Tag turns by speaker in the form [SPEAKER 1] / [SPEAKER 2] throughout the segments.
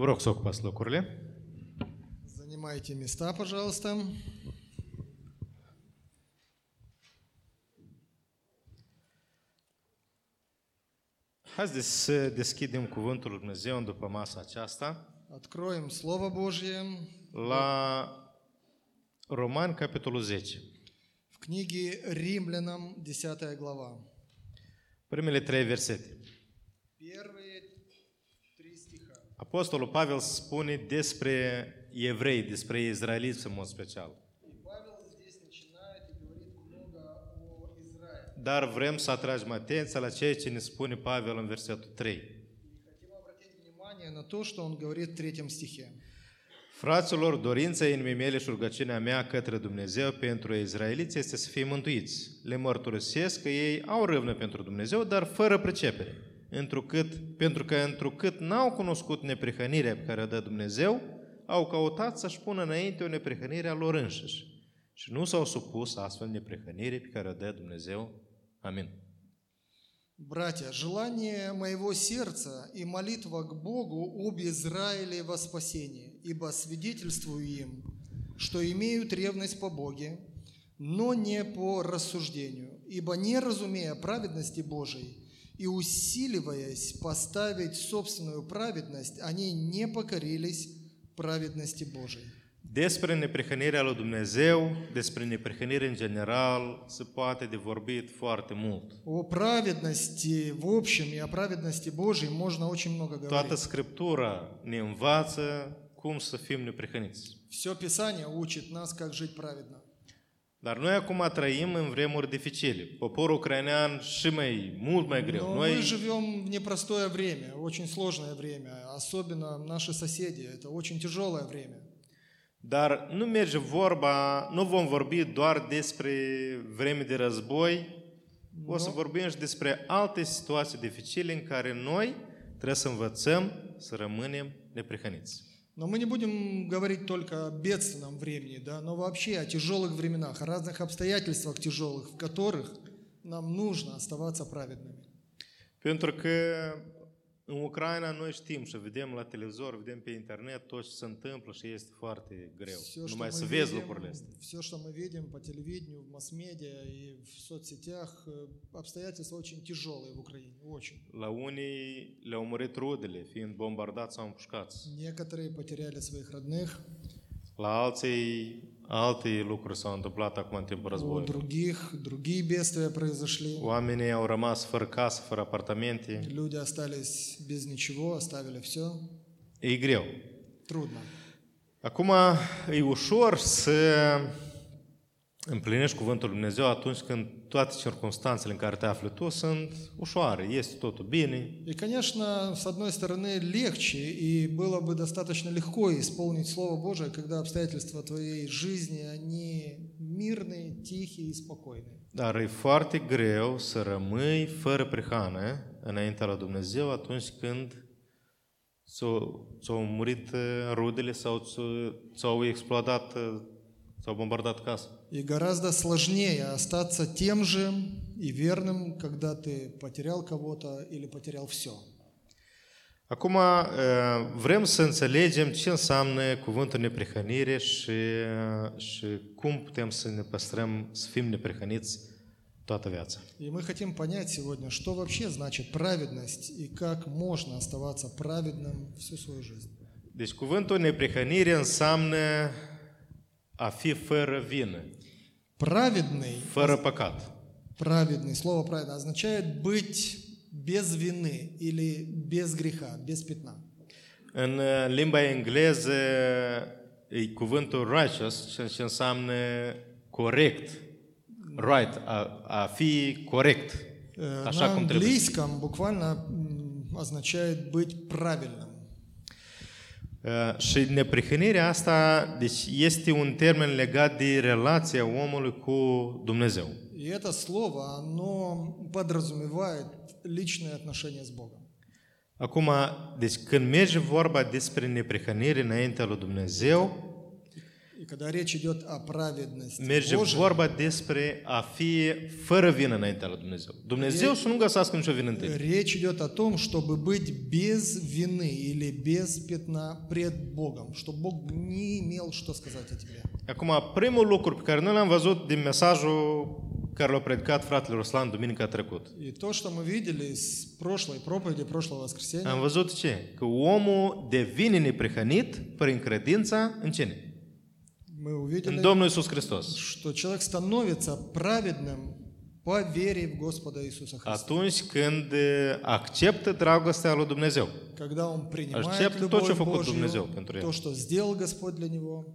[SPEAKER 1] Урок сок пасло курле.
[SPEAKER 2] Занимайте места, пожалуйста.
[SPEAKER 1] Azi des- să deschidem Cuvântul Lui Dumnezeu în după masa aceasta
[SPEAKER 2] Откроем Слово Божье
[SPEAKER 1] la Roman, capitolul 10.
[SPEAKER 2] в книге Римлянам, 10 глава.
[SPEAKER 1] Primele trei versete.
[SPEAKER 2] Первые три стиха.
[SPEAKER 1] Apostolul Pavel spune despre evrei, despre izraeliți în mod special.
[SPEAKER 2] И Павел здесь начинает и говорит много о Израиле.
[SPEAKER 1] Dar vrem să atragem atenția la ceea ce ne spune Pavel în versetul 3.
[SPEAKER 2] И хотим обратить внимание на то, что он говорит в третьем стихе.
[SPEAKER 1] Fraților, dorința inimii mele și rugăciunea mea către Dumnezeu pentru izraeliți este să fie mântuiți. Le mărturisesc că ei au râvnă pentru Dumnezeu, dar fără pricepere. Întrucât, pentru că întrucât n-au cunoscut neprihănirea pe care o dă Dumnezeu, au căutat să-și pună înainte o neprihănire a lor înșiși. Și nu s-au supus astfel neprihănirii pe care o dă Dumnezeu. Amin.
[SPEAKER 2] «Братья, желание моего сердца и молитва к Богу об Израиле во спасение, ибо свидетельствую им, что имеют ревность по Боге, но не по рассуждению, ибо не разумея праведности Божией и усиливаясь поставить собственную праведность, они не покорились праведности Божией».
[SPEAKER 1] Despre neprihănirea lui Dumnezeu, despre neprihănire în general, se poate de vorbit foarte mult.
[SPEAKER 2] О праведности в общем и о праведности Божией можно очень много
[SPEAKER 1] Toată
[SPEAKER 2] говорить.
[SPEAKER 1] Scriptura ne învață cum să fim neprihăniți.
[SPEAKER 2] Все Писание учит нас, как жить праведно.
[SPEAKER 1] Dar noi acum trăim în vremuri dificile. Poporul ucrainean și mai mult mai greu.
[SPEAKER 2] Но мы
[SPEAKER 1] Noi,
[SPEAKER 2] живем в непростое время, очень сложное время, особенно наши соседи. Это очень тяжелое время.
[SPEAKER 1] dar nu merge vorba, nu vom vorbi doar despre vreme de război, o să vorbim și despre alte situații dificile în care noi trebuie să învățăm să rămânem neprihăniți.
[SPEAKER 2] Но мы не будем говорить только о бедственном времени, да, но вообще о тяжелых временах, о разных обстоятельствах тяжелых, в которых нам нужно оставаться праведными.
[SPEAKER 1] Pentru că în Ucraina noi știm și vedem la televizor, vedem pe internet tot ce se întâmplă și este foarte greu.
[SPEAKER 2] Все, что,
[SPEAKER 1] Numai să
[SPEAKER 2] мы
[SPEAKER 1] vezi lucrurile astea.
[SPEAKER 2] видим, все, что мы видим по телевидению, в масс-медиа и в соцсетях, э, обстоятельства очень тяжелые в Украине, очень.
[SPEAKER 1] La unii le-au murit rudele, fiind bombardați sau împușcați.
[SPEAKER 2] Некоторые потеряли своих родных,
[SPEAKER 1] La alții, alte lucruri s-au întâmplat acum în timpul
[SPEAKER 2] у
[SPEAKER 1] războiului.
[SPEAKER 2] других другие бедствия произошли.
[SPEAKER 1] Oamenii au rămas fără casă, fără apartamente.
[SPEAKER 2] Люди остались без ничего, оставили все.
[SPEAKER 1] E greu.
[SPEAKER 2] Трудно.
[SPEAKER 1] Acum e ușor să împlinești cuvântul Lui Dumnezeu atunci când toate circunstanțele în care te afli tu sunt ușoare. Este totul bine,
[SPEAKER 2] И, конечно, с одной стороны, легче, и было бы достаточно легко исполнить Слово Божие, когда обстоятельства твоей жизни, они мирные, тихие и спокойные.
[SPEAKER 1] Dar e foarte greu să rămâi fără prihană înaintea la Dumnezeu atunci când ți-au, ți-au murit uh, rudele sau ți- ți-au explodat, uh, ți-au bombardat casa.
[SPEAKER 2] И гораздо сложнее остаться тем же и верным, когда ты потерял кого-то или потерял все.
[SPEAKER 1] Acum uh, vrem să înțelegem ce înseamnă cuvântul neprihănire și, și cum putem să ne păstrăm, să fim neprihăniți toată viața.
[SPEAKER 2] И мы хотим понять сегодня, что вообще значит праведность и как можно оставаться праведным всю свою жизнь.
[SPEAKER 1] Deci cuvântul neprihănire înseamnă a fi fără vină,
[SPEAKER 2] Праведный,
[SPEAKER 1] fără păcat.
[SPEAKER 2] праведный, слово праведно означает быть без вины или без греха, без пятна.
[SPEAKER 1] În uh, limba engleză e cuvântul righteous, ce- ce înseamnă corect, right, a, a fi corect,
[SPEAKER 2] Э,
[SPEAKER 1] așa
[SPEAKER 2] На
[SPEAKER 1] cum trebuie.
[SPEAKER 2] английском буквально м, означает быть правильным.
[SPEAKER 1] Uh, Și neprihănirea asta, deci este un termen legat de relația omului cu Dumnezeu.
[SPEAKER 2] И это слово, оно подразумевает личные отношения с Богом.
[SPEAKER 1] Acum, deci când merge vorba despre neprihănire înaintea lui Dumnezeu,
[SPEAKER 2] И когда речь идет о праведности
[SPEAKER 1] Merge
[SPEAKER 2] Божией,
[SPEAKER 1] vorba despre a fi fără vină înaintea lui Dumnezeu. Dumnezeu să nu găsească nicio vină în tine.
[SPEAKER 2] речь идет о том, чтобы быть без вины или без пятна пред Богом, чтобы Бог не имел что сказать о тебе.
[SPEAKER 1] Acum, primul lucru pe care noi l-am văzut din mesajul care l-a predicat fratele Ruslan duminica trecută.
[SPEAKER 2] И то, что мы видели с прошлой проповеди, прошлого воскресенья,
[SPEAKER 1] Am văzut ce? Că omul devine neprihănit prin credința în cine?
[SPEAKER 2] мы
[SPEAKER 1] În
[SPEAKER 2] увидели,
[SPEAKER 1] Domnul Isus Hristos.
[SPEAKER 2] что человек становится праведным по вере в Господа
[SPEAKER 1] А
[SPEAKER 2] Иисуса Христа.
[SPEAKER 1] Atunci când eh, acceptă dragostea lui Dumnezeu.
[SPEAKER 2] Когда он
[SPEAKER 1] Aștept
[SPEAKER 2] принимает
[SPEAKER 1] tot ce a
[SPEAKER 2] любовь
[SPEAKER 1] făcut
[SPEAKER 2] Божью,
[SPEAKER 1] Dumnezeu pentru el.
[SPEAKER 2] то, что сделал Господь для него,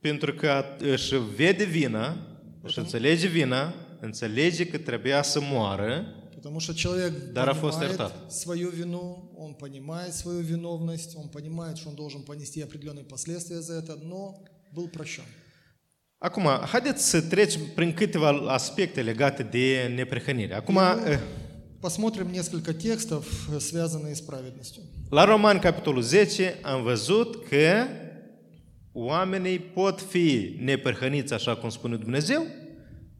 [SPEAKER 1] Pentru că își vede vina, își înțelege vina, înțelege că trebuia să moară,
[SPEAKER 2] Потому что человек
[SPEAKER 1] Dar a fost iertat.
[SPEAKER 2] понимает свою вину, он понимает свою виновность, он понимает, что он должен понести определенные последствия за это, но был прощен.
[SPEAKER 1] Acum, haideți să trecem prin câteva aspecte legate de neprihănire. Acum, eh,
[SPEAKER 2] Посмотрим несколько текстов, э, связанные с праведностью.
[SPEAKER 1] la Roman, capitolul 10, am văzut că oamenii pot fi neprihăniți, așa cum spune Dumnezeu,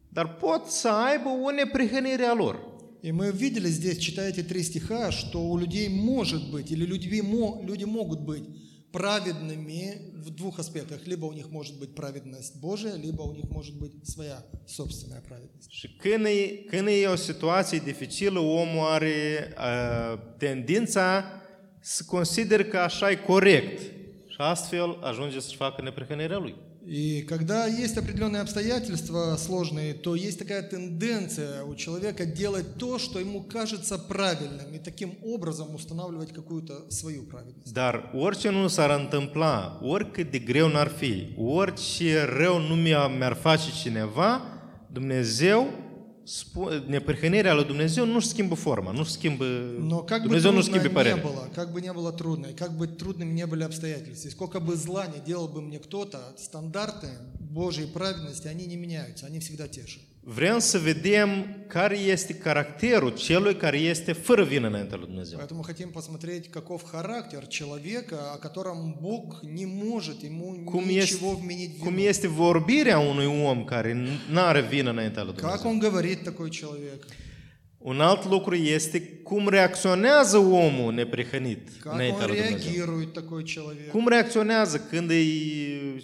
[SPEAKER 1] dar pot să aibă o neprihănire a lor.
[SPEAKER 2] И мы видели здесь, читая эти три стиха, что у людей может быть, или людьми мо- люди могут быть праведными в двух аспектах. Либо у них может быть праведность Божия, либо у них может быть своя собственная праведность.
[SPEAKER 1] Și când e, când e o situație dificilă, omul are uh, tendința să consider că așa e corect. Și astfel ajunge să-și facă neprihănirea lui.
[SPEAKER 2] И когда есть определенные обстоятельства сложные, то есть такая тенденция у человека делать то, что ему кажется правильным, и таким образом устанавливать какую-то свою праведность.
[SPEAKER 1] Dar orice nu s-ar întâmpla, oricât de greu n-ar fi, orice rău nu mi-a- mi-ar face cineva, Dumnezeu, spu- neprihănirea lui Dumnezeu nu-și schimbă forma, nu-și schimbă,
[SPEAKER 2] Но как бы
[SPEAKER 1] Dumnezeu
[SPEAKER 2] трудно
[SPEAKER 1] nu-și schimbă
[SPEAKER 2] не
[SPEAKER 1] părerea.
[SPEAKER 2] было, как бы не было трудно, и как бы трудными не были обстоятельства, и сколько бы зла не делал бы мне кто-то, стандарты Божьей праведности, они не меняются, они всегда те же.
[SPEAKER 1] Vrem să vedem care este caracterul celui care este fără vină înaintea lui Dumnezeu.
[SPEAKER 2] Поэтому хотим посмотреть, каков характер человека, о котором Бог не может ему
[SPEAKER 1] Cum este,
[SPEAKER 2] ничего вменить в
[SPEAKER 1] cum
[SPEAKER 2] вину.
[SPEAKER 1] este vorbirea unui om care nu are vină înaintea lui
[SPEAKER 2] Как
[SPEAKER 1] Dumnezeu.
[SPEAKER 2] он говорит такой человек?
[SPEAKER 1] Un alt lucru este cum reacționează omul neprihănit
[SPEAKER 2] Как
[SPEAKER 1] înaintea
[SPEAKER 2] он
[SPEAKER 1] lui Dumnezeu.
[SPEAKER 2] реагирует такой человек?
[SPEAKER 1] Cum reacționează când e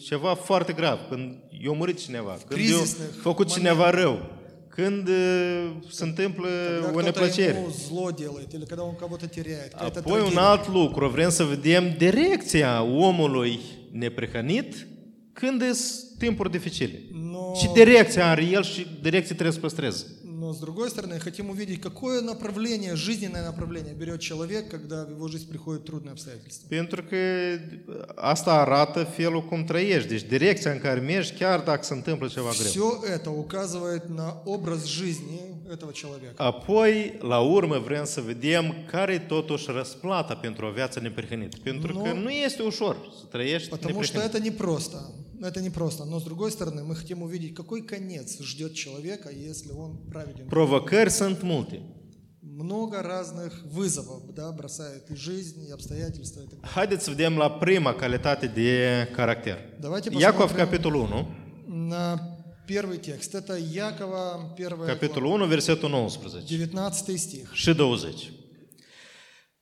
[SPEAKER 1] ceva foarte grav, când i-a murit cineva, când i-a
[SPEAKER 2] Crizisne,
[SPEAKER 1] făcut
[SPEAKER 2] momente.
[SPEAKER 1] cineva rău, când uh, se întâmplă
[SPEAKER 2] Когда
[SPEAKER 1] o
[SPEAKER 2] кто-то
[SPEAKER 1] neplăcere.
[SPEAKER 2] ему зло делает, или когда он кого-то теряет, какая-то
[SPEAKER 1] Apoi un
[SPEAKER 2] трагедия.
[SPEAKER 1] alt lucru, vrem să vedem direcția omului neprihănit când sunt timpuri dificile.
[SPEAKER 2] Но,
[SPEAKER 1] Ce direcție are el și direcție trebuie să păstreze.
[SPEAKER 2] но с другой стороны, хотим увидеть, какое направление, жизненное направление берет человек, когда в его жизнь приходят трудные обстоятельства.
[SPEAKER 1] Pentru că asta arată felul cum trăiești. Deci direcția în care mergi, chiar dacă se întâmplă ceva greu.
[SPEAKER 2] Все это указывает на образ жизни этого человека.
[SPEAKER 1] Apoi, la urmă, vrem să vedem care e totuși răsplata pentru o viață neprihănită. Pentru
[SPEAKER 2] Nu.
[SPEAKER 1] că nu este ușor să trăiești
[SPEAKER 2] Потому что
[SPEAKER 1] neprihănit.
[SPEAKER 2] это непроsто. Это непросто. Но с другой стороны, мы хотим увидеть, какой конец ждет человека, если он праведен.
[SPEAKER 1] Provocări sunt multe.
[SPEAKER 2] много разных вызовов, да, бросает и жизнь, и обстоятельства. И так далее.
[SPEAKER 1] Haideți să vedem la prima calitate de caracter.
[SPEAKER 2] Давайте
[SPEAKER 1] Iacov,
[SPEAKER 2] посмотрим
[SPEAKER 1] capitolul 1,
[SPEAKER 2] на первый текст. Это Якова, 1
[SPEAKER 1] capitolul 1, versetul 19.
[SPEAKER 2] 19 стих.
[SPEAKER 1] și 20.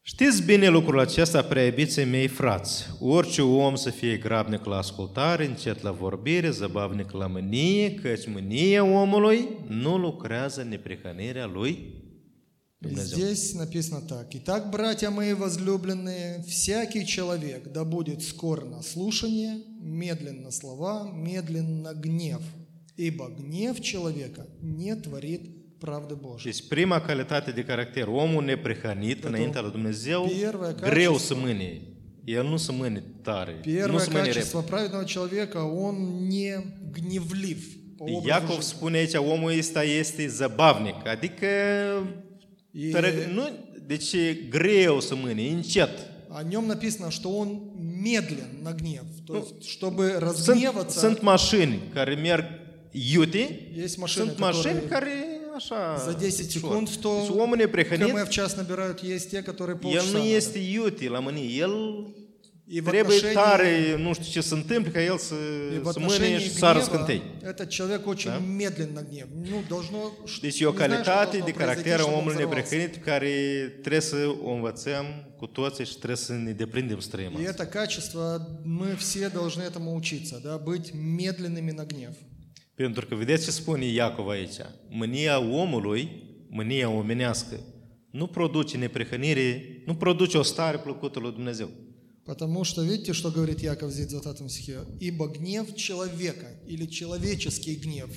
[SPEAKER 1] Știți bine lucrul acesta, prea iubiții mei frați. Orice om să fie grabnic la ascultare, încet la vorbire, zăbavnic la mânie, căci mânia omului nu lucrează neprihănirea lui
[SPEAKER 2] И
[SPEAKER 1] Dumnezeu.
[SPEAKER 2] Здесь написано так. «Итак, братья мои возлюбленные, всякий человек да будет скоро на слушание, медленно слова, медленно гнев, ибо гнев человека не творит правды Божьей».
[SPEAKER 1] Deci prima calitate de caracter, omul neprihănit înaintea lui Dumnezeu,
[SPEAKER 2] Pierre Castro-
[SPEAKER 1] greu să mânie. El nu se mânie tare, nu
[SPEAKER 2] Первое
[SPEAKER 1] se mânie repede.
[SPEAKER 2] качество праведного человека – он не гневлив по образу
[SPEAKER 1] Iacov
[SPEAKER 2] жизни.
[SPEAKER 1] spune aici, omul ăsta este zăbavnic, adică
[SPEAKER 2] E-
[SPEAKER 1] tără- nu, deci e greu să mâne, încet.
[SPEAKER 2] О нем написано, что он медлен на гнев. То
[SPEAKER 1] Ну,
[SPEAKER 2] есть, чтобы
[SPEAKER 1] Sunt,
[SPEAKER 2] разгневаться,
[SPEAKER 1] sunt mașini care merg iute,
[SPEAKER 2] есть машины,
[SPEAKER 1] sunt mașini
[SPEAKER 2] которые
[SPEAKER 1] care așa...
[SPEAKER 2] за 10
[SPEAKER 1] ușor.
[SPEAKER 2] секунд 100
[SPEAKER 1] Deci omul neprehănit,
[SPEAKER 2] км в час набирают, есть те, которые
[SPEAKER 1] el nu
[SPEAKER 2] полчаса. надо.
[SPEAKER 1] este iute la mânie, el
[SPEAKER 2] И в
[SPEAKER 1] Trebuie
[SPEAKER 2] отношении,
[SPEAKER 1] tare, nu știu ce se întâmplă, ca el să,
[SPEAKER 2] и в
[SPEAKER 1] să mâne
[SPEAKER 2] отношении
[SPEAKER 1] și să sară
[SPEAKER 2] гнева
[SPEAKER 1] scântei.
[SPEAKER 2] этот человек очень
[SPEAKER 1] Да.
[SPEAKER 2] медленно гнев. Ну, должно... не
[SPEAKER 1] Deci e o
[SPEAKER 2] знаю, что
[SPEAKER 1] calitate
[SPEAKER 2] должно
[SPEAKER 1] de
[SPEAKER 2] произойти,
[SPEAKER 1] caracter a
[SPEAKER 2] чтобы он
[SPEAKER 1] omului
[SPEAKER 2] взорвался.
[SPEAKER 1] neprihănit pe care trebuie să o învățăm cu toții și trebuie să ne deprindem străima.
[SPEAKER 2] И это качество, мы все должны этому учиться, да, быть медленными на гнев.
[SPEAKER 1] Pentru că vedeți ce spune Iacov aici. Mânia omului, mânia omenească, nu produce neprihănire, nu produce o stare plăcută lui Dumnezeu.
[SPEAKER 2] Потому что, видите, что говорит Яков здесь в 20 стихе? «Ибо гнев человека, или человеческий гнев,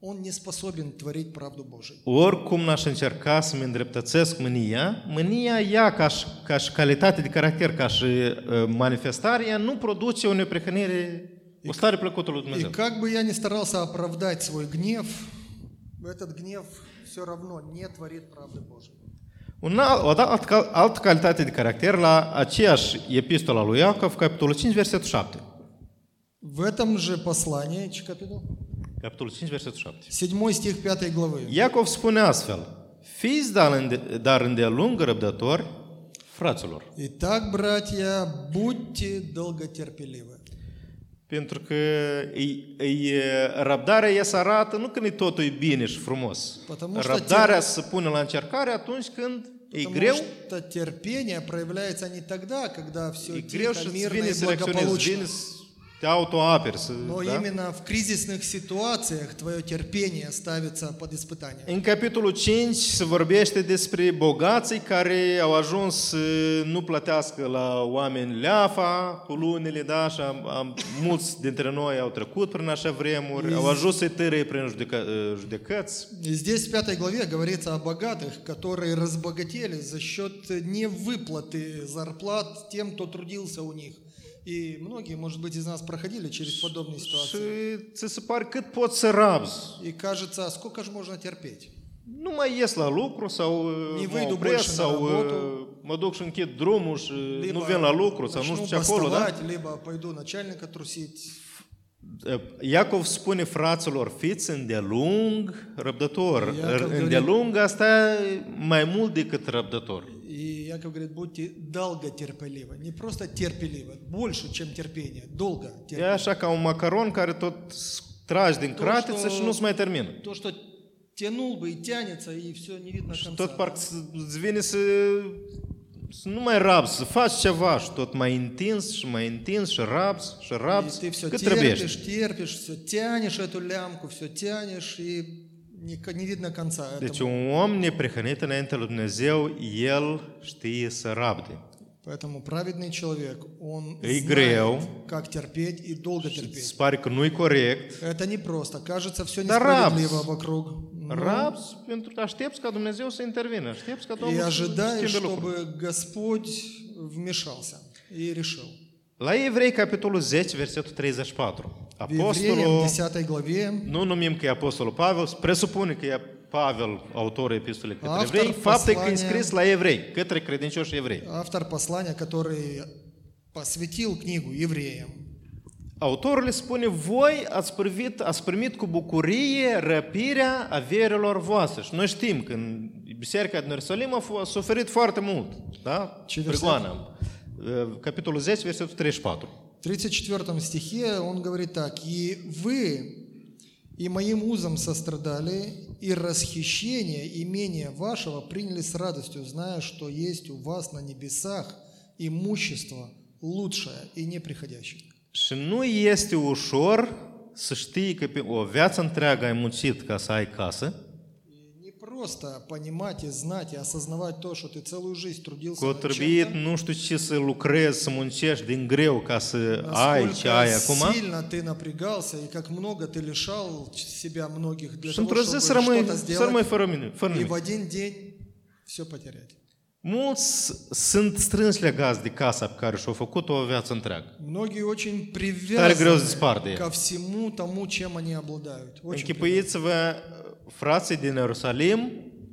[SPEAKER 2] он не способен творить правду Божию».
[SPEAKER 1] Oricum n-aș încerca să-mi îndreptățesc mânia, mânia ea ca și, ca și calitate de caracter, ca și uh, manifestare, ea nu produce o neprihănire, o stare plăcută lui
[SPEAKER 2] И
[SPEAKER 1] Dumnezeu.
[SPEAKER 2] как бы я ни старался оправдать свой гнев, этот гнев все равно не творит правды Божией.
[SPEAKER 1] Un alt, o da, alt, cal- altă calitate de caracter la aceeași epistola lui Iacov, capitolul 5, versetul 7.
[SPEAKER 2] В этом же послании, чё, капитул?
[SPEAKER 1] Capitolul 5, versetul 7.
[SPEAKER 2] 7 стих 5 главы.
[SPEAKER 1] Iacov spune astfel, fiți dar înde- dar îndelung răbdători, fraților.
[SPEAKER 2] Итак, братья, будьте долготерпеливы.
[SPEAKER 1] Pentru că e, e, răbdarea e să arată nu când e totul e bine și frumos.
[SPEAKER 2] Потому что
[SPEAKER 1] Răbdarea se pune la încercare Păi atunci când e
[SPEAKER 2] Потому
[SPEAKER 1] greu,
[SPEAKER 2] что терпение проявляется не тогда, когда все
[SPEAKER 1] e greu
[SPEAKER 2] тихо,
[SPEAKER 1] și îți
[SPEAKER 2] мирно
[SPEAKER 1] vine
[SPEAKER 2] и
[SPEAKER 1] să reacționezi, vine
[SPEAKER 2] благополучно.
[SPEAKER 1] să te autoaperi. Să,
[SPEAKER 2] Но
[SPEAKER 1] da?
[SPEAKER 2] именно в кризисных ситуациях твое терпение ставится под испытание.
[SPEAKER 1] În capitolul 5 se vorbește despre bogații care au ajuns să nu plătească la oameni leafa cu lunile, da, și am, am, mulți dintre noi au trecut prin așa vremuri, au ajuns să-i târâie prin judecă, ă, judecăți.
[SPEAKER 2] И здесь в пятой главе говорится о богатых, которые разбогатели за счет невыплаты зарплат тем, кто трудился у них. И многие, может быть, из нас проходили через подобные
[SPEAKER 1] Și
[SPEAKER 2] ситуации.
[SPEAKER 1] ți se pare cât poți să rabzi.
[SPEAKER 2] И кажется, а сколько же можно терпеть?
[SPEAKER 1] Nu mai ies la lucru sau uh,
[SPEAKER 2] Ni
[SPEAKER 1] mă
[SPEAKER 2] voi
[SPEAKER 1] opresc
[SPEAKER 2] dubuși în
[SPEAKER 1] sau uh,
[SPEAKER 2] robotul.
[SPEAKER 1] mă duc și închid drumul și nu vin la lucru sau nu
[SPEAKER 2] начну
[SPEAKER 1] știu ce acolo, da?
[SPEAKER 2] бастовать, либо пойду начальника трусить.
[SPEAKER 1] Uh, Iacov spune fraților, fiți îndelung răbdător.
[SPEAKER 2] Iacov
[SPEAKER 1] Îndelung asta e mai mult decât răbdător.
[SPEAKER 2] И Яков говорит, будьте долго терпеливы. Не просто терпеливы, больше, чем терпение. Долго
[SPEAKER 1] E
[SPEAKER 2] терпеливы.
[SPEAKER 1] așa ca un macaron care tot s- tragi din cratiță și nu se mai termină.
[SPEAKER 2] То, что тянул бы и тянется, и все не видно
[SPEAKER 1] Și
[SPEAKER 2] конца.
[SPEAKER 1] tot parcă s- îți vine să, să nu mai rabzi, să faci ceva și tot mai întins și mai întins și rabzi și
[SPEAKER 2] И
[SPEAKER 1] rabzi
[SPEAKER 2] ты все
[SPEAKER 1] cât trebuie.
[SPEAKER 2] терпишь, терпишь, все тянешь эту лямку, все тянешь, и не, не видно конца
[SPEAKER 1] Deci
[SPEAKER 2] этому.
[SPEAKER 1] un om neprihănit înainte lui Dumnezeu, el știe să rabde.
[SPEAKER 2] Поэтому праведный человек, он
[SPEAKER 1] И
[SPEAKER 2] знает,
[SPEAKER 1] грел.
[SPEAKER 2] как терпеть и долго
[SPEAKER 1] Îți
[SPEAKER 2] терпеть.
[SPEAKER 1] pare că nu-i corect,
[SPEAKER 2] Это не просто. Кажется, все
[SPEAKER 1] Да рабс.
[SPEAKER 2] несправедливо вокруг. Ну, но
[SPEAKER 1] Rabs, pentru că aștepți ca Dumnezeu să intervină, aștepți ca
[SPEAKER 2] И
[SPEAKER 1] Domnul să
[SPEAKER 2] ожидаешь,
[SPEAKER 1] schimbe lucruri.
[SPEAKER 2] чтобы Господь вмешался и решил.
[SPEAKER 1] La Evrei, capitolul 10, versetul 34.
[SPEAKER 2] В Евреям
[SPEAKER 1] Apostolul,
[SPEAKER 2] 10 главе
[SPEAKER 1] nu numim că e Apostolul Pavel, presupune că e Pavel, autorul epistolei către
[SPEAKER 2] Автор
[SPEAKER 1] evrei, faptul că e
[SPEAKER 2] послания.
[SPEAKER 1] scris la evrei, către credincioși evrei.
[SPEAKER 2] автор послания, который посвятил книгу евреям,
[SPEAKER 1] Autorul le spune, voi ați privit, ați primit cu bucurie răpirea averilor voastre. Și noi știm că în Biserica din Ierusalim a, f- a suferit foarte mult. Da?
[SPEAKER 2] Ce verset?
[SPEAKER 1] Prigoana. Uh, Capitolul 10, versetul 34.
[SPEAKER 2] в 34 стихе он говорит так, «И вы и моим узом сострадали, и расхищение имения вашего приняли с радостью, зная, что есть у вас на небесах имущество лучшее и неприходящее».
[SPEAKER 1] Și nu este ușor să știi că pe o viață întreagă ai muncit ca să ai casă,
[SPEAKER 2] И не просто понимать и знать, и осознавать то, что ты целую жизнь трudился
[SPEAKER 1] că o
[SPEAKER 2] над
[SPEAKER 1] trebuit
[SPEAKER 2] чем-то,
[SPEAKER 1] nu știu ce să lucrezi, să muncești din greu ca să ai ce ai
[SPEAKER 2] насколько
[SPEAKER 1] acum.
[SPEAKER 2] сильно ты напрягался и как много ты лишал ч- себя многих для
[SPEAKER 1] Și
[SPEAKER 2] того,
[SPEAKER 1] într-o zi
[SPEAKER 2] чтобы
[SPEAKER 1] să rămâi,
[SPEAKER 2] что-то
[SPEAKER 1] să rămâi
[SPEAKER 2] сделать,
[SPEAKER 1] fără, mine, fără
[SPEAKER 2] и в
[SPEAKER 1] nimic.
[SPEAKER 2] один день все потерять.
[SPEAKER 1] Mulți sunt strâns legați de casa pe care și-au făcut-o o viață întreagă.
[SPEAKER 2] Многие очень
[SPEAKER 1] Tare greu să
[SPEAKER 2] привязаны
[SPEAKER 1] despart de ea.
[SPEAKER 2] ко всему тому, чем они обладают. Очень
[SPEAKER 1] Închipuiți-vă, frații din Ierusalim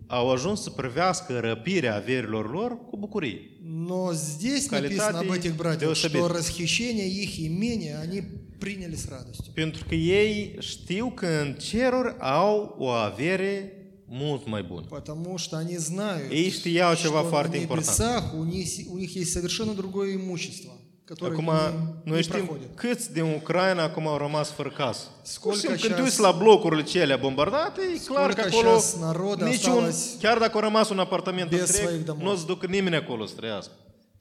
[SPEAKER 1] au ajuns să privească răpirea averilor lor cu bucurie.
[SPEAKER 2] привязаны. Но здесь написано об
[SPEAKER 1] Калитати
[SPEAKER 2] этих братьях,
[SPEAKER 1] Деусабит.
[SPEAKER 2] что расхищение их имения они приняли с радостью.
[SPEAKER 1] Pentru că ei știu că în ceruri au o avere mult mai bună.
[SPEAKER 2] Потому что они знают,
[SPEAKER 1] Ei știau ceva
[SPEAKER 2] что
[SPEAKER 1] foarte
[SPEAKER 2] на
[SPEAKER 1] important.
[SPEAKER 2] небесах у них, у них есть совершенно другое имущество, которые
[SPEAKER 1] Acum,
[SPEAKER 2] к ним
[SPEAKER 1] noi
[SPEAKER 2] не
[SPEAKER 1] știm
[SPEAKER 2] проходят.
[SPEAKER 1] câți din Ucraina acum au rămas fără casă.
[SPEAKER 2] Scolca
[SPEAKER 1] Pur și simplu, când te
[SPEAKER 2] și-a-
[SPEAKER 1] uiți la blocurile cele bombardate, e clar că
[SPEAKER 2] Scolca
[SPEAKER 1] acolo
[SPEAKER 2] și-a snarodă,
[SPEAKER 1] niciun,
[SPEAKER 2] осталось
[SPEAKER 1] chiar dacă a rămas un apartament
[SPEAKER 2] без своих
[SPEAKER 1] întreg,
[SPEAKER 2] домов.
[SPEAKER 1] nu o să ducă nimeni acolo să trăiască.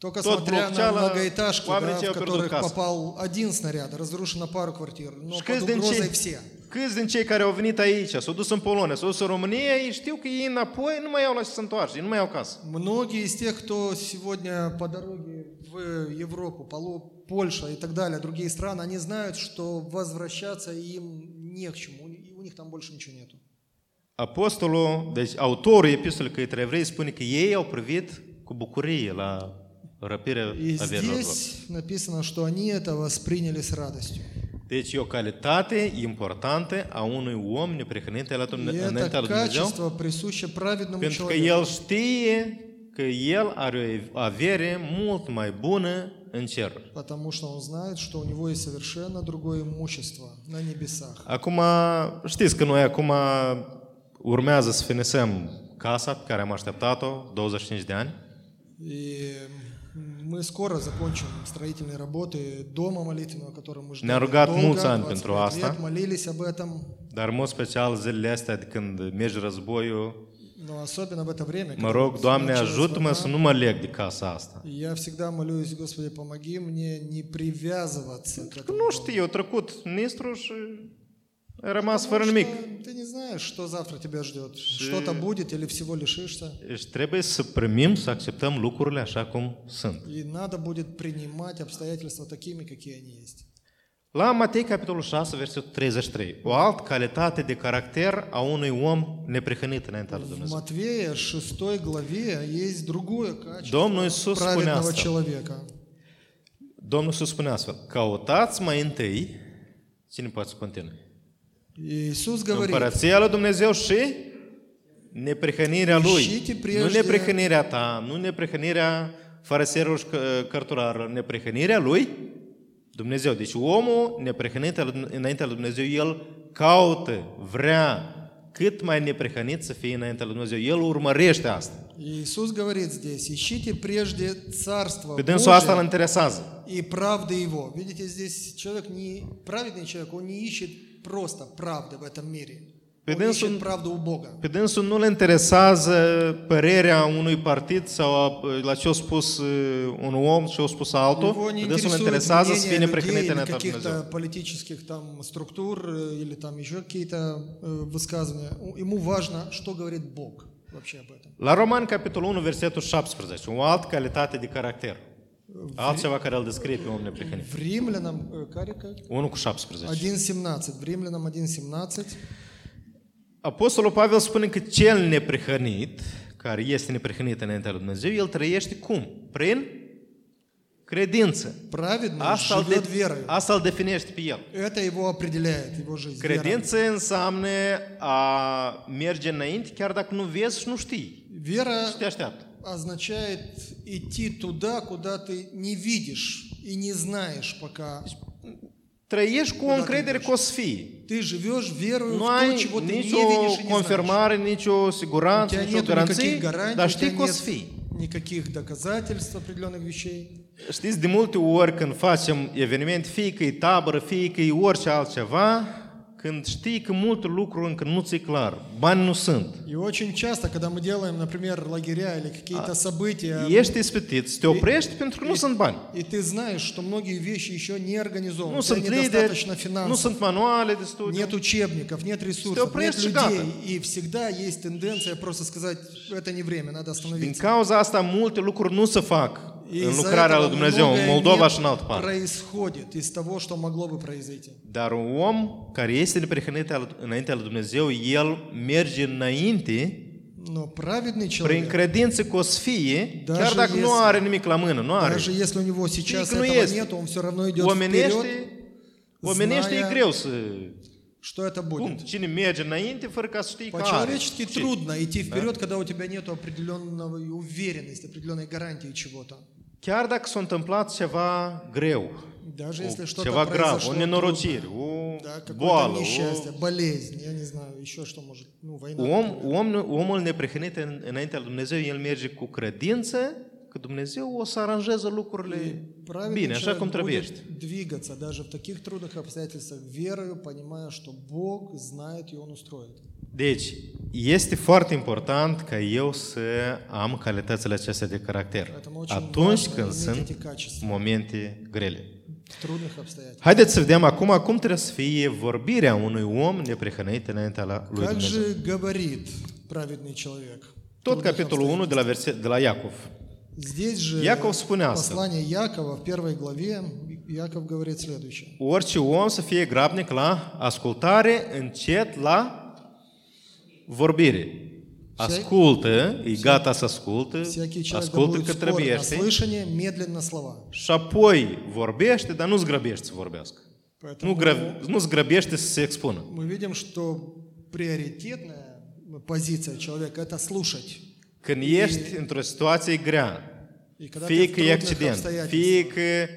[SPEAKER 2] Только
[SPEAKER 1] Тот
[SPEAKER 2] смотря
[SPEAKER 1] блок
[SPEAKER 2] на
[SPEAKER 1] тела,
[SPEAKER 2] многоэтажки, да,
[SPEAKER 1] Павлича
[SPEAKER 2] в которых
[SPEAKER 1] Пердукаса.
[SPEAKER 2] попал один снаряд, разрушено пару квартир, но
[SPEAKER 1] Și
[SPEAKER 2] под
[SPEAKER 1] câți din,
[SPEAKER 2] угрозой
[SPEAKER 1] cei,
[SPEAKER 2] все.
[SPEAKER 1] câți din cei care au venit aici, s-au dus în Polonia, s-au dus în România, ei știu că ei înapoi nu mai au la ce să întoarce, ei nu mai au casă.
[SPEAKER 2] Многие из тех, кто сегодня по дороге в Европу, Поло- Польша и так далее, другие страны, они знают, что возвращаться им не к чему, у ни- у них там больше ничего нету.
[SPEAKER 1] Apostolul, deci autorul epistolei către evrei spune că ei au privit cu bucurie la răpirea
[SPEAKER 2] И
[SPEAKER 1] averilor lor.
[SPEAKER 2] здесь написано, что они это восприняли с радостью.
[SPEAKER 1] Deci e o calitate importantă a unui om neprihănit la
[SPEAKER 2] И
[SPEAKER 1] Dumne- înaintea
[SPEAKER 2] это
[SPEAKER 1] lui Dumnezeu,
[SPEAKER 2] качество присуще праведному
[SPEAKER 1] pentru că
[SPEAKER 2] человеку.
[SPEAKER 1] el știe că el are o avere mult mai bună în cer.
[SPEAKER 2] Потому что он знает, что у него есть совершенно другое имущество на небесах.
[SPEAKER 1] Acum, știți că noi acum urmează să finisăm casa pe care am așteptat-o 25 de ani.
[SPEAKER 2] И мы скоро закончим строительные работы дома молитвенного, который мы ждали
[SPEAKER 1] Ne-a rugat
[SPEAKER 2] долго,
[SPEAKER 1] mulți ani
[SPEAKER 2] 25
[SPEAKER 1] pentru asta.
[SPEAKER 2] лет, молились об этом,
[SPEAKER 1] Dar, în mod special, zilele astea de când merge războiul,
[SPEAKER 2] но особенно в это время.
[SPEAKER 1] mă
[SPEAKER 2] когда
[SPEAKER 1] rog, Doamne,
[SPEAKER 2] началась
[SPEAKER 1] ajută-mă
[SPEAKER 2] война,
[SPEAKER 1] să nu mă leg de casa asta.
[SPEAKER 2] и Я всегда молюсь, Господи, помоgi мне не привязываться к
[SPEAKER 1] Că nu
[SPEAKER 2] этому дому.
[SPEAKER 1] știu, eu trecut nistru și a rămas fără
[SPEAKER 2] Потому
[SPEAKER 1] nimic.
[SPEAKER 2] что Ты не знаешь, что завтра тебя ждет. Что-то будет или всего лишишься.
[SPEAKER 1] Deci trebuie să primim, să acceptăm lucrurile așa cum sunt.
[SPEAKER 2] И надо будет принимать обстоятельства такими, какие они есть.
[SPEAKER 1] La Matei, capitolul 6, versetul 33, o altă calitate de caracter a unui om neprihănit înaintea lui
[SPEAKER 2] В
[SPEAKER 1] Dumnezeu.
[SPEAKER 2] Матвея 6 главе есть другое качество
[SPEAKER 1] Domnul Iisus spune
[SPEAKER 2] праведного
[SPEAKER 1] asta.
[SPEAKER 2] человека.
[SPEAKER 1] Domnul Iisus spune astfel, căutați mai întâi, cine poate să continue?
[SPEAKER 2] И Иисус говорит,
[SPEAKER 1] Împărăția lui Dumnezeu și neprihănirea Lui.
[SPEAKER 2] Ieșiți
[SPEAKER 1] Nu
[SPEAKER 2] priejdea-
[SPEAKER 1] neprihănirea ta, nu neprihănirea fariseilor și că- cărturarilor, neprihănirea Lui Dumnezeu. Deci omul neprihănit al- înaintea lui Dumnezeu, el caută, vrea cât mai neprihănit să fie înaintea lui Dumnezeu. El urmărește asta.
[SPEAKER 2] Иисус говорит здесь, ищите прежде Царство
[SPEAKER 1] Pe dânsul asta îl
[SPEAKER 2] Божие
[SPEAKER 1] interesează.
[SPEAKER 2] и правды Его. Видите, здесь человек не праведный человек, он не ищет просто правды в этом мире. Он
[SPEAKER 1] Ведь он-
[SPEAKER 2] ищет правду у Бога.
[SPEAKER 1] Pe dânsul nu le interesează părerea unui partid sau a, la ce a spus uh, un om, ce a spus altul.
[SPEAKER 2] Его не
[SPEAKER 1] Pe dânsul îl
[SPEAKER 2] интересует
[SPEAKER 1] interesează să fie
[SPEAKER 2] мнение
[SPEAKER 1] neprihănit
[SPEAKER 2] людей или
[SPEAKER 1] înaintea lui Dumnezeu.
[SPEAKER 2] каких-то политических там структур э, или там еще какие-то э, высказывания. У- Ему важно, что говорит Бог вообще об этом.
[SPEAKER 1] La Roman, capitolul 1, versetul 17, o altă calitate de caracter. Altceva care îl descrie pe om neprihănit.
[SPEAKER 2] В Римлянам, э, Карика,
[SPEAKER 1] 1 cu 17.
[SPEAKER 2] 1.17. В Римлянам 1.17.
[SPEAKER 1] Apostolul Pavel spune că cel neprihănit, care este neprihănit înaintea lui Dumnezeu, el trăiește cum? Prin credință.
[SPEAKER 2] Праведный
[SPEAKER 1] Asta îl,
[SPEAKER 2] живет
[SPEAKER 1] de-
[SPEAKER 2] верою.
[SPEAKER 1] asta îl definește pe el.
[SPEAKER 2] Это его определяет, его жизнь. Вера.
[SPEAKER 1] Credință înseamnă a merge înainte chiar dacă nu vezi și nu știi.
[SPEAKER 2] Вера
[SPEAKER 1] Și te așteaptă.
[SPEAKER 2] означает идти туда, куда ты не видишь и не знаешь пока.
[SPEAKER 1] Trăiești cu o
[SPEAKER 2] dacă
[SPEAKER 1] încredere
[SPEAKER 2] ești.
[SPEAKER 1] că o să fii.
[SPEAKER 2] Ты живешь верою
[SPEAKER 1] Nu
[SPEAKER 2] в то,
[SPEAKER 1] ai
[SPEAKER 2] чего ты не
[SPEAKER 1] nicio
[SPEAKER 2] видишь и не знаешь.
[SPEAKER 1] confirmare, nicio
[SPEAKER 2] У
[SPEAKER 1] siguranță,
[SPEAKER 2] тебя
[SPEAKER 1] nicio
[SPEAKER 2] нет никаких
[SPEAKER 1] garanție,
[SPEAKER 2] гарантий,
[SPEAKER 1] dar
[SPEAKER 2] у тебя
[SPEAKER 1] știi că o să
[SPEAKER 2] нет
[SPEAKER 1] fii.
[SPEAKER 2] никаких доказательств определенных вещей.
[SPEAKER 1] Știți, de multe ori când facem eveniment, fie că e tabără, fie că e orice altceva, când știi că multe lucruri încă nu ți-e clar, bani nu sunt,
[SPEAKER 2] И очень часто, когда мы делаем, например, лагеря или какие-то события,
[SPEAKER 1] ești ispitit, să te oprești pentru că nu sunt bani.
[SPEAKER 2] и ты знаешь, что многие вещи еще не организованы,
[SPEAKER 1] Nu
[SPEAKER 2] у тебя
[SPEAKER 1] sunt lideri,
[SPEAKER 2] недостаточно
[SPEAKER 1] nu
[SPEAKER 2] финансов.
[SPEAKER 1] sunt manuale de studiu.
[SPEAKER 2] Нет учебников, нет ресурсов,
[SPEAKER 1] Что
[SPEAKER 2] нет
[SPEAKER 1] происходит?
[SPEAKER 2] людей. И всегда есть тенденция просто сказать, это не время, надо
[SPEAKER 1] Din
[SPEAKER 2] остановиться.
[SPEAKER 1] cauza asta, multe lucruri nu se fac
[SPEAKER 2] И
[SPEAKER 1] în
[SPEAKER 2] из-за
[SPEAKER 1] lucrarea lui
[SPEAKER 2] этого
[SPEAKER 1] Dumnezeu, în
[SPEAKER 2] многое
[SPEAKER 1] Moldova
[SPEAKER 2] не
[SPEAKER 1] și în altă parte.
[SPEAKER 2] происходит из того, что могло бы произойти.
[SPEAKER 1] Dar un om care este neprihănit al- înaintea lui Dumnezeu, el merge înainte
[SPEAKER 2] Но праведный
[SPEAKER 1] prin
[SPEAKER 2] человек,
[SPEAKER 1] credință că o să fie,
[SPEAKER 2] Da,
[SPEAKER 1] chiar
[SPEAKER 2] și
[SPEAKER 1] dacă nu
[SPEAKER 2] este. Da,
[SPEAKER 1] are nimic la mână, nu are.
[SPEAKER 2] даже если у него сейчас
[SPEAKER 1] Știi că nu
[SPEAKER 2] этого
[SPEAKER 1] este.
[SPEAKER 2] нет, он все равно идет вперед,
[SPEAKER 1] Omenește, omenește e
[SPEAKER 2] znaia-
[SPEAKER 1] greu să...
[SPEAKER 2] что это
[SPEAKER 1] Cum?
[SPEAKER 2] будет.
[SPEAKER 1] Cine merge înainte fără ca să
[SPEAKER 2] Păi
[SPEAKER 1] știi că are.
[SPEAKER 2] По-человечески
[SPEAKER 1] Ce?
[SPEAKER 2] трудно идти вперед, когда у тебя нет определенного уверенности, определенной гарантии чего-то.
[SPEAKER 1] Chiar dacă s-a întâmplat ceva greu,
[SPEAKER 2] Даже
[SPEAKER 1] o-
[SPEAKER 2] если
[SPEAKER 1] ceva
[SPEAKER 2] что-то
[SPEAKER 1] grav, o
[SPEAKER 2] произошло
[SPEAKER 1] nenorocire,
[SPEAKER 2] трудно,
[SPEAKER 1] o
[SPEAKER 2] да,
[SPEAKER 1] boală,
[SPEAKER 2] какое-то
[SPEAKER 1] o
[SPEAKER 2] несчастье, болезнь, я не знаю, еще что может, ну, война.
[SPEAKER 1] Om, om, omul neprihănit în- înaintea lui Dumnezeu, el merge cu credință că Dumnezeu o să aranjeze
[SPEAKER 2] И
[SPEAKER 1] lucrurile
[SPEAKER 2] правильный
[SPEAKER 1] bine, așa cum
[SPEAKER 2] человек
[SPEAKER 1] trebuie.
[SPEAKER 2] будет двигаться даже в таких трудных обстоятельствах верою, понимая, что Бог знает и Он устроит.
[SPEAKER 1] Deci, este foarte important ca eu să am calitățile acestea de caracter
[SPEAKER 2] Поэтому очень
[SPEAKER 1] atunci
[SPEAKER 2] важно
[SPEAKER 1] când
[SPEAKER 2] иметь
[SPEAKER 1] sunt
[SPEAKER 2] эти качества
[SPEAKER 1] momente grele.
[SPEAKER 2] в трудных обстоятельствах.
[SPEAKER 1] Haideți să vedem acum cum trebuie să fie vorbirea unui om neprehănăit înaintea la- lui
[SPEAKER 2] Как
[SPEAKER 1] Dumnezeu.
[SPEAKER 2] же говорит праведный человек? в
[SPEAKER 1] Tot
[SPEAKER 2] трудных
[SPEAKER 1] capitolul 1 de la, verset, de la Iacov.
[SPEAKER 2] Здесь же
[SPEAKER 1] Яков вспоминал.
[SPEAKER 2] послание Якова в первой главе Яков говорит следующее.
[SPEAKER 1] Orice om să fie grabnic la ascultare, încet la vorbire. Ascultă, e gata să ascultă,
[SPEAKER 2] Всякий человек да
[SPEAKER 1] ascultă
[SPEAKER 2] будет
[SPEAKER 1] cât
[SPEAKER 2] скор
[SPEAKER 1] trebuie
[SPEAKER 2] на слышание, медленно слова.
[SPEAKER 1] și apoi vorbește, dar nu zgrăbește să vorbească. Nu,
[SPEAKER 2] Поэтому
[SPEAKER 1] gră, nu zgrăbește să se expună.
[SPEAKER 2] мы видим, что приоритетная позиция человека – это слушать.
[SPEAKER 1] Când ești într-o situație grea,
[SPEAKER 2] И когда
[SPEAKER 1] fie
[SPEAKER 2] ты в
[SPEAKER 1] că e
[SPEAKER 2] трудных
[SPEAKER 1] accident, fie
[SPEAKER 2] обстоятельствах,
[SPEAKER 1] că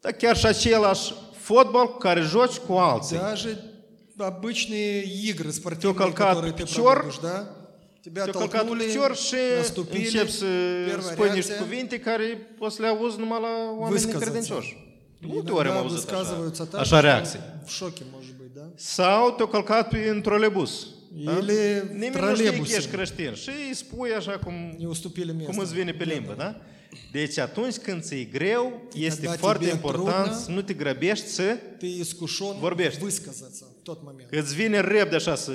[SPEAKER 1] da, chiar și același fotbal cu care joci cu alții.
[SPEAKER 2] даже обычные игры спортивные,
[SPEAKER 1] Тёкалка
[SPEAKER 2] которые ты
[SPEAKER 1] пчёр,
[SPEAKER 2] проводишь, да? Тебя
[SPEAKER 1] Te-a călcat
[SPEAKER 2] толкнули,
[SPEAKER 1] picior și
[SPEAKER 2] наступили,
[SPEAKER 1] începi să
[SPEAKER 2] первая
[SPEAKER 1] spui niște
[SPEAKER 2] реакция.
[SPEAKER 1] cuvinte care poți să le auzi numai la oameni
[SPEAKER 2] Высказаться.
[SPEAKER 1] necredincioși. De
[SPEAKER 2] Ну,
[SPEAKER 1] multe ori am
[SPEAKER 2] Иногда
[SPEAKER 1] auzit
[SPEAKER 2] высказываются
[SPEAKER 1] așa,
[SPEAKER 2] так,
[SPEAKER 1] așa
[SPEAKER 2] что
[SPEAKER 1] reacție.
[SPEAKER 2] в шоке, может быть, да?
[SPEAKER 1] Sau te-a călcat în trolebus.
[SPEAKER 2] Ele
[SPEAKER 1] Nimeni nu știe că
[SPEAKER 2] trolebuse.
[SPEAKER 1] ești creștin și îi spui așa cum,
[SPEAKER 2] Не уступили место.
[SPEAKER 1] cum îți vine pe limbă, da? Deci atunci când ți-e greu, este
[SPEAKER 2] Когда
[SPEAKER 1] foarte
[SPEAKER 2] тебе
[SPEAKER 1] important
[SPEAKER 2] трудно,
[SPEAKER 1] să nu te grăbești să
[SPEAKER 2] Ты искушен
[SPEAKER 1] Vorbești.
[SPEAKER 2] высказаться в тот момент.
[SPEAKER 1] Că îți vine repede așa să...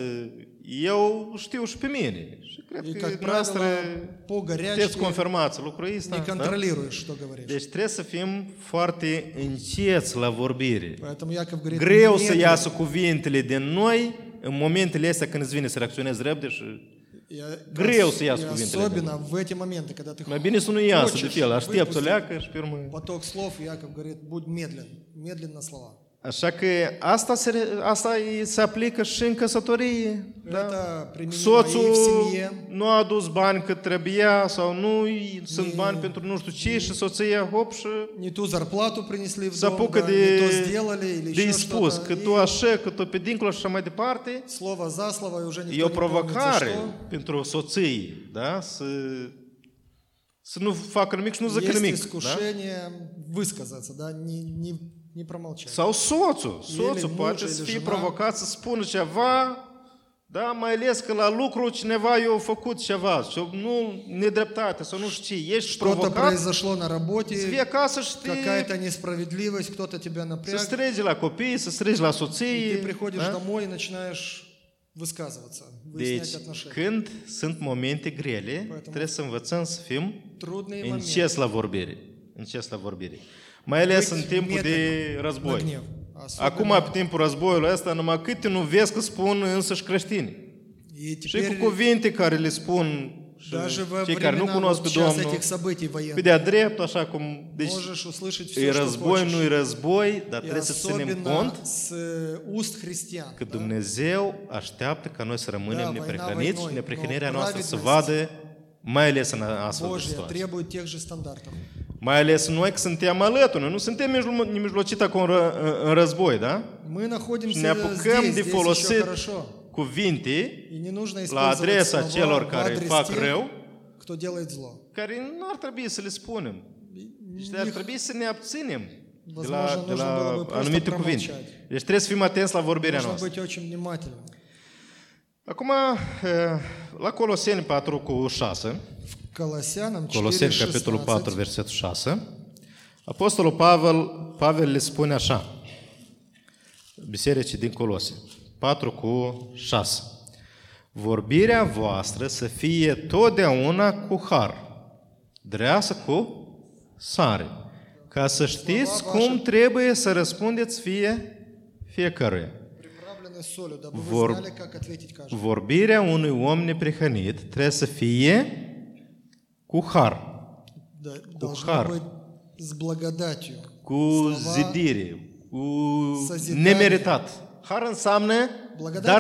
[SPEAKER 1] Eu știu și pe mine. Și cred
[SPEAKER 2] И,
[SPEAKER 1] că
[SPEAKER 2] как э,
[SPEAKER 1] noastră
[SPEAKER 2] правило, по
[SPEAKER 1] puteți
[SPEAKER 2] горячке
[SPEAKER 1] confirmați lucrul ăsta.
[SPEAKER 2] не
[SPEAKER 1] Da?
[SPEAKER 2] контролируешь, что говоришь.
[SPEAKER 1] Deci trebuie să fim foarte înceți la vorbire.
[SPEAKER 2] Поэтому Яков говорит,
[SPEAKER 1] Greu să
[SPEAKER 2] медленно.
[SPEAKER 1] iasă cuvintele din noi în momentele astea când îți vine să reacționezi repede și...
[SPEAKER 2] Я-
[SPEAKER 1] Greu
[SPEAKER 2] ос-
[SPEAKER 1] să iasă
[SPEAKER 2] и
[SPEAKER 1] cuvintele
[SPEAKER 2] Особенно в эти моменты, когда ты
[SPEAKER 1] Mai bine să nu
[SPEAKER 2] Păi,
[SPEAKER 1] iasă de
[SPEAKER 2] хочешь
[SPEAKER 1] fel, aștept să
[SPEAKER 2] выпустить
[SPEAKER 1] leacă și pe urmă...
[SPEAKER 2] поток слов, Яков говорит, будь медлен, медленно слова.
[SPEAKER 1] Așa că asta se, re- asta e- se aplică și în căsătorie.
[SPEAKER 2] Это применимо и
[SPEAKER 1] Soțul
[SPEAKER 2] в семье.
[SPEAKER 1] nu a adus bani cât trebuia sau nu i- sunt bani pentru nu știu ce și soția hop și
[SPEAKER 2] Не ту зарплату принесли в
[SPEAKER 1] se
[SPEAKER 2] дом,
[SPEAKER 1] apucă
[SPEAKER 2] да,
[SPEAKER 1] de,
[SPEAKER 2] не то сделали или
[SPEAKER 1] de
[SPEAKER 2] еще
[SPEAKER 1] spus
[SPEAKER 2] что-то.
[SPEAKER 1] că tu
[SPEAKER 2] И
[SPEAKER 1] așa, că tu pe dincolo și așa mai departe.
[SPEAKER 2] слово за слово, и уже никто
[SPEAKER 1] E o
[SPEAKER 2] не помнит, за
[SPEAKER 1] provocare
[SPEAKER 2] что.
[SPEAKER 1] pentru soții, da? Să, să nu facă nimic
[SPEAKER 2] Ну,
[SPEAKER 1] și nu zică
[SPEAKER 2] Есть
[SPEAKER 1] nimic. Da?
[SPEAKER 2] искушение высказаться, да, не, не, не промолчать.
[SPEAKER 1] Sau soțul.
[SPEAKER 2] Ele,
[SPEAKER 1] Soțul
[SPEAKER 2] muj,
[SPEAKER 1] poate
[SPEAKER 2] ele,
[SPEAKER 1] să fie
[SPEAKER 2] jena.
[SPEAKER 1] provocat să spună ceva, da, mai ales că la lucru cineva i-a făcut ceva, sau nu nedreptate, sau nu știi, ești
[SPEAKER 2] Что-то
[SPEAKER 1] provocat,
[SPEAKER 2] произошло на
[SPEAKER 1] să fie
[SPEAKER 2] работе,
[SPEAKER 1] acasă și te,
[SPEAKER 2] какая-то несправедливость, кто-то
[SPEAKER 1] să
[SPEAKER 2] тебя напряг,
[SPEAKER 1] strigi la copii, să strigi la
[SPEAKER 2] и
[SPEAKER 1] soție.
[SPEAKER 2] ты приходишь
[SPEAKER 1] da?
[SPEAKER 2] домой и начинаешь высказываться, выяснять
[SPEAKER 1] Deci,
[SPEAKER 2] отношения.
[SPEAKER 1] când sunt momente grele, trebuie să învățăm să fim
[SPEAKER 2] Трудные моменты
[SPEAKER 1] înces la vorbire. Înces la vorbire. Mai ales în
[SPEAKER 2] Uiți
[SPEAKER 1] timpul de
[SPEAKER 2] metodă на
[SPEAKER 1] război.
[SPEAKER 2] гнев. Особенно-
[SPEAKER 1] Acum, pe timpul războiului ăsta, numai câte nu vezi că spun însăși creștinii.
[SPEAKER 2] И
[SPEAKER 1] Și cu
[SPEAKER 2] теперь
[SPEAKER 1] cuvinte care le spun și
[SPEAKER 2] даже во
[SPEAKER 1] cei care nu
[SPEAKER 2] времена
[SPEAKER 1] cunosc
[SPEAKER 2] вот
[SPEAKER 1] pe
[SPEAKER 2] сейчас
[SPEAKER 1] Domnul,
[SPEAKER 2] этих событий
[SPEAKER 1] pe
[SPEAKER 2] военных
[SPEAKER 1] de-a drept, așa cum... Deci
[SPEAKER 2] можешь услышать
[SPEAKER 1] e
[SPEAKER 2] все, что
[SPEAKER 1] război, nu e
[SPEAKER 2] хочешь.
[SPEAKER 1] război, dar
[SPEAKER 2] И
[SPEAKER 1] trebuie să ținem
[SPEAKER 2] особенно
[SPEAKER 1] cont
[SPEAKER 2] с э, уст христиан.
[SPEAKER 1] că
[SPEAKER 2] да.
[SPEAKER 1] Dumnezeu așteaptă ca noi să
[SPEAKER 2] Da,
[SPEAKER 1] rămânem
[SPEAKER 2] vaina
[SPEAKER 1] neprehăniți și
[SPEAKER 2] vainoi,
[SPEAKER 1] neprehănirea
[SPEAKER 2] no,
[SPEAKER 1] noastră să
[SPEAKER 2] pravidnost.
[SPEAKER 1] vadă mai ales în astfel de
[SPEAKER 2] Божья
[SPEAKER 1] situații.
[SPEAKER 2] требует тех же стандартов.
[SPEAKER 1] Mai ales noi că suntem alături, noi nu suntem mijlo- mijlocit acum în ră- în- în război, da?
[SPEAKER 2] Мы
[SPEAKER 1] Și
[SPEAKER 2] находимся
[SPEAKER 1] ne apucăm
[SPEAKER 2] здесь,
[SPEAKER 1] de
[SPEAKER 2] здесь еще
[SPEAKER 1] folosit
[SPEAKER 2] хорошо.
[SPEAKER 1] cuvinte
[SPEAKER 2] И не нужно
[SPEAKER 1] la
[SPEAKER 2] использовать
[SPEAKER 1] adresa
[SPEAKER 2] слова
[SPEAKER 1] celor
[SPEAKER 2] в
[SPEAKER 1] care
[SPEAKER 2] адрес
[SPEAKER 1] fac
[SPEAKER 2] тех,
[SPEAKER 1] rău,
[SPEAKER 2] кто делает зlo.
[SPEAKER 1] care nu ar trebui să le spunem. Deci ar
[SPEAKER 2] Них-
[SPEAKER 1] trebui să ne abținem de la,
[SPEAKER 2] Возможно,
[SPEAKER 1] de
[SPEAKER 2] нужно было
[SPEAKER 1] la
[SPEAKER 2] бы просто
[SPEAKER 1] anumite
[SPEAKER 2] промолчать.
[SPEAKER 1] cuvinte. Deci trebuie să fim atenți la vorbirea
[SPEAKER 2] Нужно
[SPEAKER 1] noastră.
[SPEAKER 2] быть очень внимательным.
[SPEAKER 1] Acum, eh, la Coloseni 4 cu 6,
[SPEAKER 2] К Колоссянам 4,
[SPEAKER 1] Coloseni capitolul 4, versetul 6, Apostolul Pavel, Pavel le spune așa, bisericii din Colose, 4 cu 6. Vorbirea voastră să fie totdeauna cu har, dreasă cu sare, ca să știți cum trebuie să răspundeți fie fiecăruia.
[SPEAKER 2] приправлены солью, дабы
[SPEAKER 1] Вор-
[SPEAKER 2] вы знали, как ответить каждому.
[SPEAKER 1] Vorbirea unui om neprihănit trebuie să fie cu har,
[SPEAKER 2] Да, должно
[SPEAKER 1] хар.
[SPEAKER 2] быть с благодатью.
[SPEAKER 1] cu
[SPEAKER 2] Slava,
[SPEAKER 1] zidire, cu
[SPEAKER 2] săzidare.
[SPEAKER 1] nemeritat. Har înseamnă dar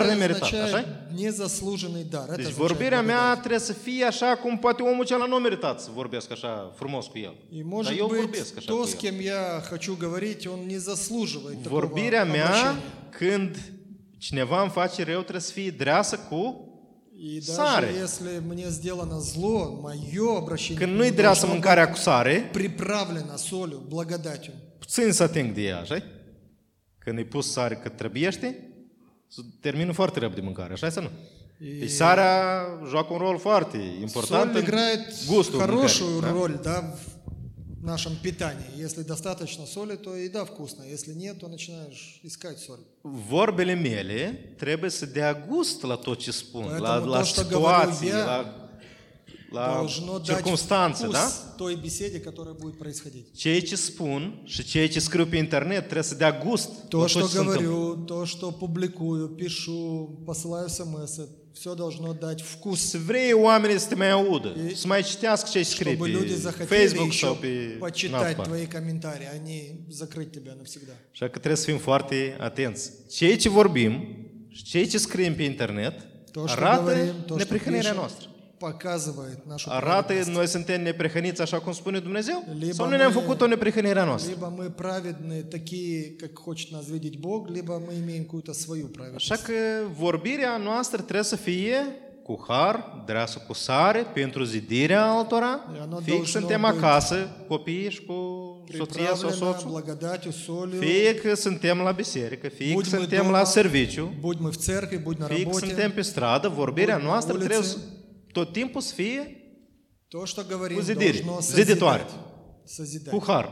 [SPEAKER 2] Благодать
[SPEAKER 1] nemeritat,
[SPEAKER 2] означает
[SPEAKER 1] așa
[SPEAKER 2] незаслуженный дар. Это
[SPEAKER 1] Deci
[SPEAKER 2] означает
[SPEAKER 1] vorbirea mea
[SPEAKER 2] благодать.
[SPEAKER 1] trebuie să fie așa cum poate omul cel nu meritat să vorbesc așa frumos cu el.
[SPEAKER 2] И
[SPEAKER 1] Dar
[SPEAKER 2] может
[SPEAKER 1] eu vorbesc
[SPEAKER 2] быть,
[SPEAKER 1] așa
[SPEAKER 2] то,
[SPEAKER 1] cu
[SPEAKER 2] с
[SPEAKER 1] el.
[SPEAKER 2] кем я хочу говорить, он не заслуживает такого
[SPEAKER 1] Vorbirea mea,
[SPEAKER 2] обращения.
[SPEAKER 1] când cineva îmi face rău, trebuie să fie dreasă cu
[SPEAKER 2] И даже
[SPEAKER 1] sare.
[SPEAKER 2] если мне сделано зло, мое обращение
[SPEAKER 1] Când
[SPEAKER 2] к
[SPEAKER 1] nu-i
[SPEAKER 2] Нему
[SPEAKER 1] dreasă
[SPEAKER 2] должно
[SPEAKER 1] mâncarea cu sare,
[SPEAKER 2] быть приправлено солью, благодатью.
[SPEAKER 1] puțin să ating de ea, așa Când îi pus sare cât trebuiește, să termină foarte repede mâncarea, așa sau nu? Deci sarea joacă un rol foarte important
[SPEAKER 2] Соль
[SPEAKER 1] în
[SPEAKER 2] играет
[SPEAKER 1] gustul
[SPEAKER 2] хорошую
[SPEAKER 1] mâncării. da?
[SPEAKER 2] роль да, в нашем питании. Если достаточно соли, то еда вкусная. Если нет, то начинаешь искать соль.
[SPEAKER 1] Vorbele mele trebuie să dea gust la tot ce spun, la,
[SPEAKER 2] Поэтому
[SPEAKER 1] la
[SPEAKER 2] то, что
[SPEAKER 1] situații,
[SPEAKER 2] говорю я,
[SPEAKER 1] la, la
[SPEAKER 2] Должно дать
[SPEAKER 1] circunstanțe,
[SPEAKER 2] вкус
[SPEAKER 1] da?
[SPEAKER 2] той беседе, которая будет происходить.
[SPEAKER 1] Ceea ce spun și ceea ce scriu pe internet trebuie să dea gust
[SPEAKER 2] То,
[SPEAKER 1] la tot
[SPEAKER 2] что
[SPEAKER 1] ce se întâmplă.
[SPEAKER 2] говорю, то, что публикую, пишу, посылаю смс, все должно дать вкус,
[SPEAKER 1] Să vrei oamenii să te mai audă, să mai citească ce ai scris
[SPEAKER 2] чтобы люди
[SPEAKER 1] pe
[SPEAKER 2] захотели
[SPEAKER 1] Facebook sau
[SPEAKER 2] еще
[SPEAKER 1] pe
[SPEAKER 2] почитать
[SPEAKER 1] Napa.
[SPEAKER 2] твои комментарии, а не закрыть тебя навсегда.
[SPEAKER 1] Așa că trebuie să fim foarte atenți. Ceea ce vorbim și ceea ce scriem pe internet
[SPEAKER 2] То, что
[SPEAKER 1] arată
[SPEAKER 2] говорим, то, что
[SPEAKER 1] neprihănirea
[SPEAKER 2] пишем,
[SPEAKER 1] noastră.
[SPEAKER 2] показывает нашу
[SPEAKER 1] Arată noi suntem neprihăniți așa cum spune Dumnezeu?
[SPEAKER 2] Liba
[SPEAKER 1] Sau noi ne-am
[SPEAKER 2] mea-
[SPEAKER 1] făcut o neprihănirea noastră?
[SPEAKER 2] Либо мы праведные, такие, как хочет нас видеть Бог, либо мы имеем какую-то свою праведность.
[SPEAKER 1] Așa că vorbirea noastră trebuie să fie cu har, dreasă cu sare, pentru zidirea altora,
[SPEAKER 2] Ea nu
[SPEAKER 1] fie că
[SPEAKER 2] dă
[SPEAKER 1] suntem
[SPEAKER 2] șnobăi.
[SPEAKER 1] acasă, cu copiii și cu soția sau
[SPEAKER 2] Приправлена
[SPEAKER 1] soțul,
[SPEAKER 2] благодатью, солью.
[SPEAKER 1] fie că suntem la biserică, fie că
[SPEAKER 2] Будь мы
[SPEAKER 1] suntem
[SPEAKER 2] дома,
[SPEAKER 1] la serviciu,
[SPEAKER 2] будь мы в церкви, будь на
[SPEAKER 1] fie că suntem
[SPEAKER 2] работе.
[SPEAKER 1] pe stradă, vorbirea
[SPEAKER 2] Bun,
[SPEAKER 1] noastră
[SPEAKER 2] ulițe.
[SPEAKER 1] trebuie să- tot timpul să fie
[SPEAKER 2] То, что говорим,
[SPEAKER 1] cu zidire,
[SPEAKER 2] должно
[SPEAKER 1] ziditoare,
[SPEAKER 2] созидать. Созидать.
[SPEAKER 1] cu har.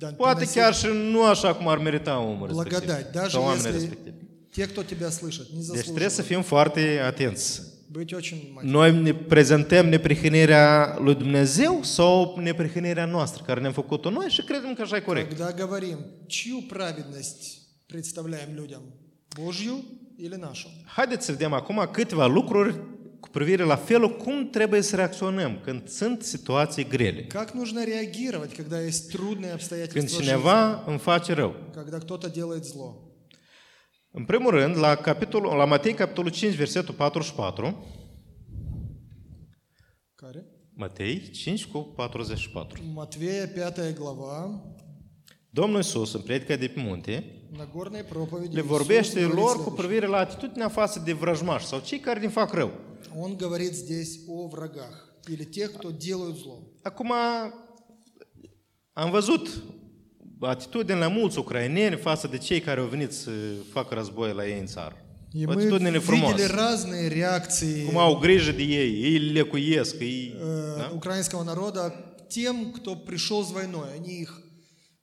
[SPEAKER 2] Да,
[SPEAKER 1] Poate
[SPEAKER 2] приносить
[SPEAKER 1] chiar și nu așa cum ar merita omul
[SPEAKER 2] благодать.
[SPEAKER 1] respectiv,
[SPEAKER 2] Даже
[SPEAKER 1] sau oamenii
[SPEAKER 2] если
[SPEAKER 1] respectivi.
[SPEAKER 2] те, кто тебя слышат, не
[SPEAKER 1] Deci trebuie să
[SPEAKER 2] заслуживают.
[SPEAKER 1] fim foarte atenți.
[SPEAKER 2] Быть очень внимательным.
[SPEAKER 1] Noi ne prezentăm neprihănirea lui Dumnezeu sau neprihănirea noastră, care ne-am făcut-o noi și credem că așa e corect.
[SPEAKER 2] Когда говорим, чью праведность представляем людям? Божью или нашу?
[SPEAKER 1] Haideți să vedem acum câteva lucruri cu privire la felul cum trebuie să reacționăm când sunt situații grele.
[SPEAKER 2] Как нужно реагировать, когда есть трудные
[SPEAKER 1] Când
[SPEAKER 2] обстоятельства жизни?
[SPEAKER 1] cineva îmi face rău.
[SPEAKER 2] Когда кто-то делает зло.
[SPEAKER 1] În primul rând, la, capitolul, la Matei, capitolul 5, versetul 44,
[SPEAKER 2] Кари?
[SPEAKER 1] Matei 5 cu 44.
[SPEAKER 2] Матвея, 5 глава,
[SPEAKER 1] Domnul Iisus, în predica de pe munte,
[SPEAKER 2] Нагорной проповеди.
[SPEAKER 1] le
[SPEAKER 2] Иисус
[SPEAKER 1] vorbește
[SPEAKER 2] говорит
[SPEAKER 1] lor cu
[SPEAKER 2] следующее.
[SPEAKER 1] privire la atitudinea față de vrăjmași sau cei care ne fac rău.
[SPEAKER 2] Он говорит здесь о врагах или тех, кто делают зло.
[SPEAKER 1] Acum am văzut atitudine la mulți ucraineni față de cei care au venit să facă război la ei în țară.
[SPEAKER 2] И
[SPEAKER 1] O
[SPEAKER 2] мы
[SPEAKER 1] atitudine
[SPEAKER 2] видели
[SPEAKER 1] frumoasă.
[SPEAKER 2] разные реакции
[SPEAKER 1] Cum au гrijă de ei, ei le cuiesc, ei...
[SPEAKER 2] э,
[SPEAKER 1] Da?
[SPEAKER 2] украинского народа к тем, кто пришел с войной. Они их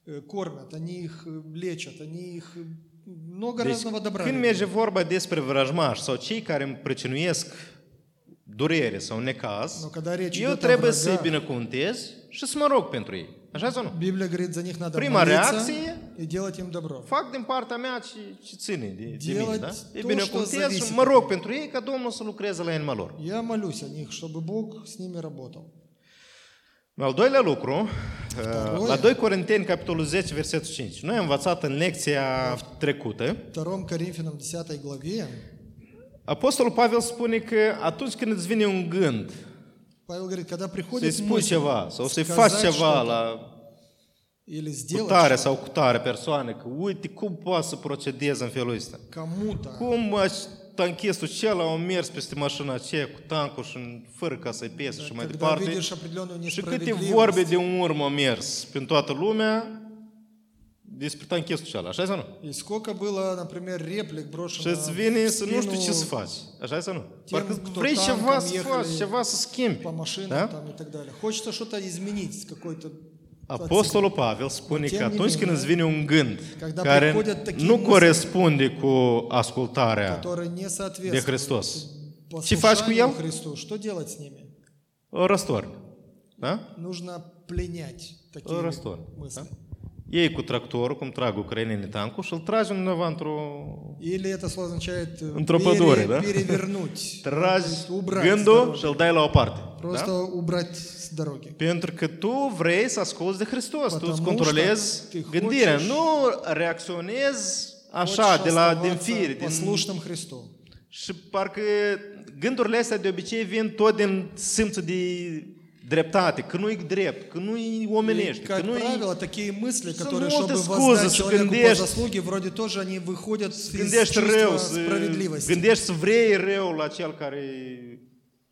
[SPEAKER 2] э, кормят, они их э, лечат, они их э, много
[SPEAKER 1] Deci,
[SPEAKER 2] разного добра.
[SPEAKER 1] când
[SPEAKER 2] делают.
[SPEAKER 1] merge vorba despre vrăjmași sau cei care îmi pricinuiesc durere sau necaz,
[SPEAKER 2] Но когда речь
[SPEAKER 1] eu
[SPEAKER 2] идет о
[SPEAKER 1] trebuie să-i
[SPEAKER 2] врагах,
[SPEAKER 1] binecuvântez și să mă rog pentru ei. Așa sau nu?
[SPEAKER 2] Библия говорит, за них надо
[SPEAKER 1] Prima
[SPEAKER 2] молиться
[SPEAKER 1] reacție-
[SPEAKER 2] и делать им добро.
[SPEAKER 1] Fac din partea mea ce, ce ține de, de mine,
[SPEAKER 2] Делать
[SPEAKER 1] da?
[SPEAKER 2] то,
[SPEAKER 1] E
[SPEAKER 2] что
[SPEAKER 1] binecuvântez
[SPEAKER 2] зависит
[SPEAKER 1] și
[SPEAKER 2] от
[SPEAKER 1] mă rog pentru ei ca Domnul să lucreze la inima lor.
[SPEAKER 2] Я молюсь о них, чтобы Бог с ними работал.
[SPEAKER 1] În al doilea lucru, uh,
[SPEAKER 2] Второе.
[SPEAKER 1] la 2 Corinteni, capitolul 10, versetul 5. Noi am învățat în lecția trecută,
[SPEAKER 2] В 2 Коринфянам 10 главе
[SPEAKER 1] Apostolul Pavel spune că atunci când îți vine un gând,
[SPEAKER 2] Павел говорит, когда
[SPEAKER 1] să-i
[SPEAKER 2] приходит
[SPEAKER 1] spui
[SPEAKER 2] мысль
[SPEAKER 1] ceva sau să-i
[SPEAKER 2] сказать
[SPEAKER 1] faci ceva
[SPEAKER 2] что-то
[SPEAKER 1] la
[SPEAKER 2] или
[SPEAKER 1] cu
[SPEAKER 2] сделать
[SPEAKER 1] tare
[SPEAKER 2] что-то
[SPEAKER 1] sau cu tare persoană, că uite cum poate să procedeze în felul ăsta.
[SPEAKER 2] кому-то,
[SPEAKER 1] Cum aș- tanchistul cel a mers peste mașina aceea cu tancul și în- fără ca să-i pese și mai
[SPEAKER 2] когда
[SPEAKER 1] departe.
[SPEAKER 2] видишь определенную
[SPEAKER 1] Și câte vorbe de un urmă au mers prin toată lumea despre tanchistul cel, așa sau nu?
[SPEAKER 2] И сколько было, например, реплик
[SPEAKER 1] Și
[SPEAKER 2] брошено
[SPEAKER 1] îți vine să nu
[SPEAKER 2] в
[SPEAKER 1] știu ce să
[SPEAKER 2] спину
[SPEAKER 1] faci, așa sau nu?
[SPEAKER 2] Tem
[SPEAKER 1] Parcă
[SPEAKER 2] Da, cu
[SPEAKER 1] vrei
[SPEAKER 2] tancul,
[SPEAKER 1] ceva să
[SPEAKER 2] ехали
[SPEAKER 1] faci, ceva să schimbi.
[SPEAKER 2] по машинам
[SPEAKER 1] Da?
[SPEAKER 2] там и так далее. Хочется что-то изменить, какой-то...
[SPEAKER 1] Apostolul Pavel spune că
[SPEAKER 2] Tem
[SPEAKER 1] atunci când
[SPEAKER 2] nimeni,
[SPEAKER 1] îți vine un gând
[SPEAKER 2] Когда
[SPEAKER 1] care
[SPEAKER 2] приходят такие
[SPEAKER 1] nu
[SPEAKER 2] мысли,
[SPEAKER 1] corespunde cu ascultarea,
[SPEAKER 2] Который не
[SPEAKER 1] De
[SPEAKER 2] соответствует
[SPEAKER 1] Христос. Чифашку ел?
[SPEAKER 2] послушанию Христу. Что делать с ними?
[SPEAKER 1] o răstorni. Da?
[SPEAKER 2] Нужно пленять такие
[SPEAKER 1] Растор,
[SPEAKER 2] мысли.
[SPEAKER 1] Ei cu tractorul, cum trag ucrainenii tancul, și îl tragi undeva într-o...
[SPEAKER 2] Или это слово означает э,
[SPEAKER 1] Антроподоры,
[SPEAKER 2] пере-
[SPEAKER 1] да?
[SPEAKER 2] перевернуть,
[SPEAKER 1] Tragi
[SPEAKER 2] убрать с
[SPEAKER 1] gândul
[SPEAKER 2] дороги.
[SPEAKER 1] și îl dai la o parte. Da?
[SPEAKER 2] Просто убрать с дороги.
[SPEAKER 1] Pentru că tu vrei să asculți de Hristos, tu
[SPEAKER 2] Потому
[SPEAKER 1] îți
[SPEAKER 2] что
[SPEAKER 1] controlezi
[SPEAKER 2] ты
[SPEAKER 1] gândirea,
[SPEAKER 2] хочешь-
[SPEAKER 1] nu reacționezi așa,
[SPEAKER 2] Хочешь
[SPEAKER 1] de la, din
[SPEAKER 2] оставаться
[SPEAKER 1] fire, din...
[SPEAKER 2] послушным Христу.
[SPEAKER 1] Și parcă gândurile astea de obicei vin tot din simțul de dreptate, că nu-i drept, că nu-i
[SPEAKER 2] И,
[SPEAKER 1] omenește, că
[SPEAKER 2] как
[SPEAKER 1] nu-i...
[SPEAKER 2] правило, такие мысли,
[SPEAKER 1] Să
[SPEAKER 2] которые,
[SPEAKER 1] nu te
[SPEAKER 2] чтобы
[SPEAKER 1] scuzi,
[SPEAKER 2] воздать
[SPEAKER 1] să
[SPEAKER 2] человеку по
[SPEAKER 1] gândești.
[SPEAKER 2] заслуге, вроде тоже они выходят из
[SPEAKER 1] Gândești rău,
[SPEAKER 2] чувства
[SPEAKER 1] să,
[SPEAKER 2] справедливости.
[SPEAKER 1] gândești să vrei rău la cel care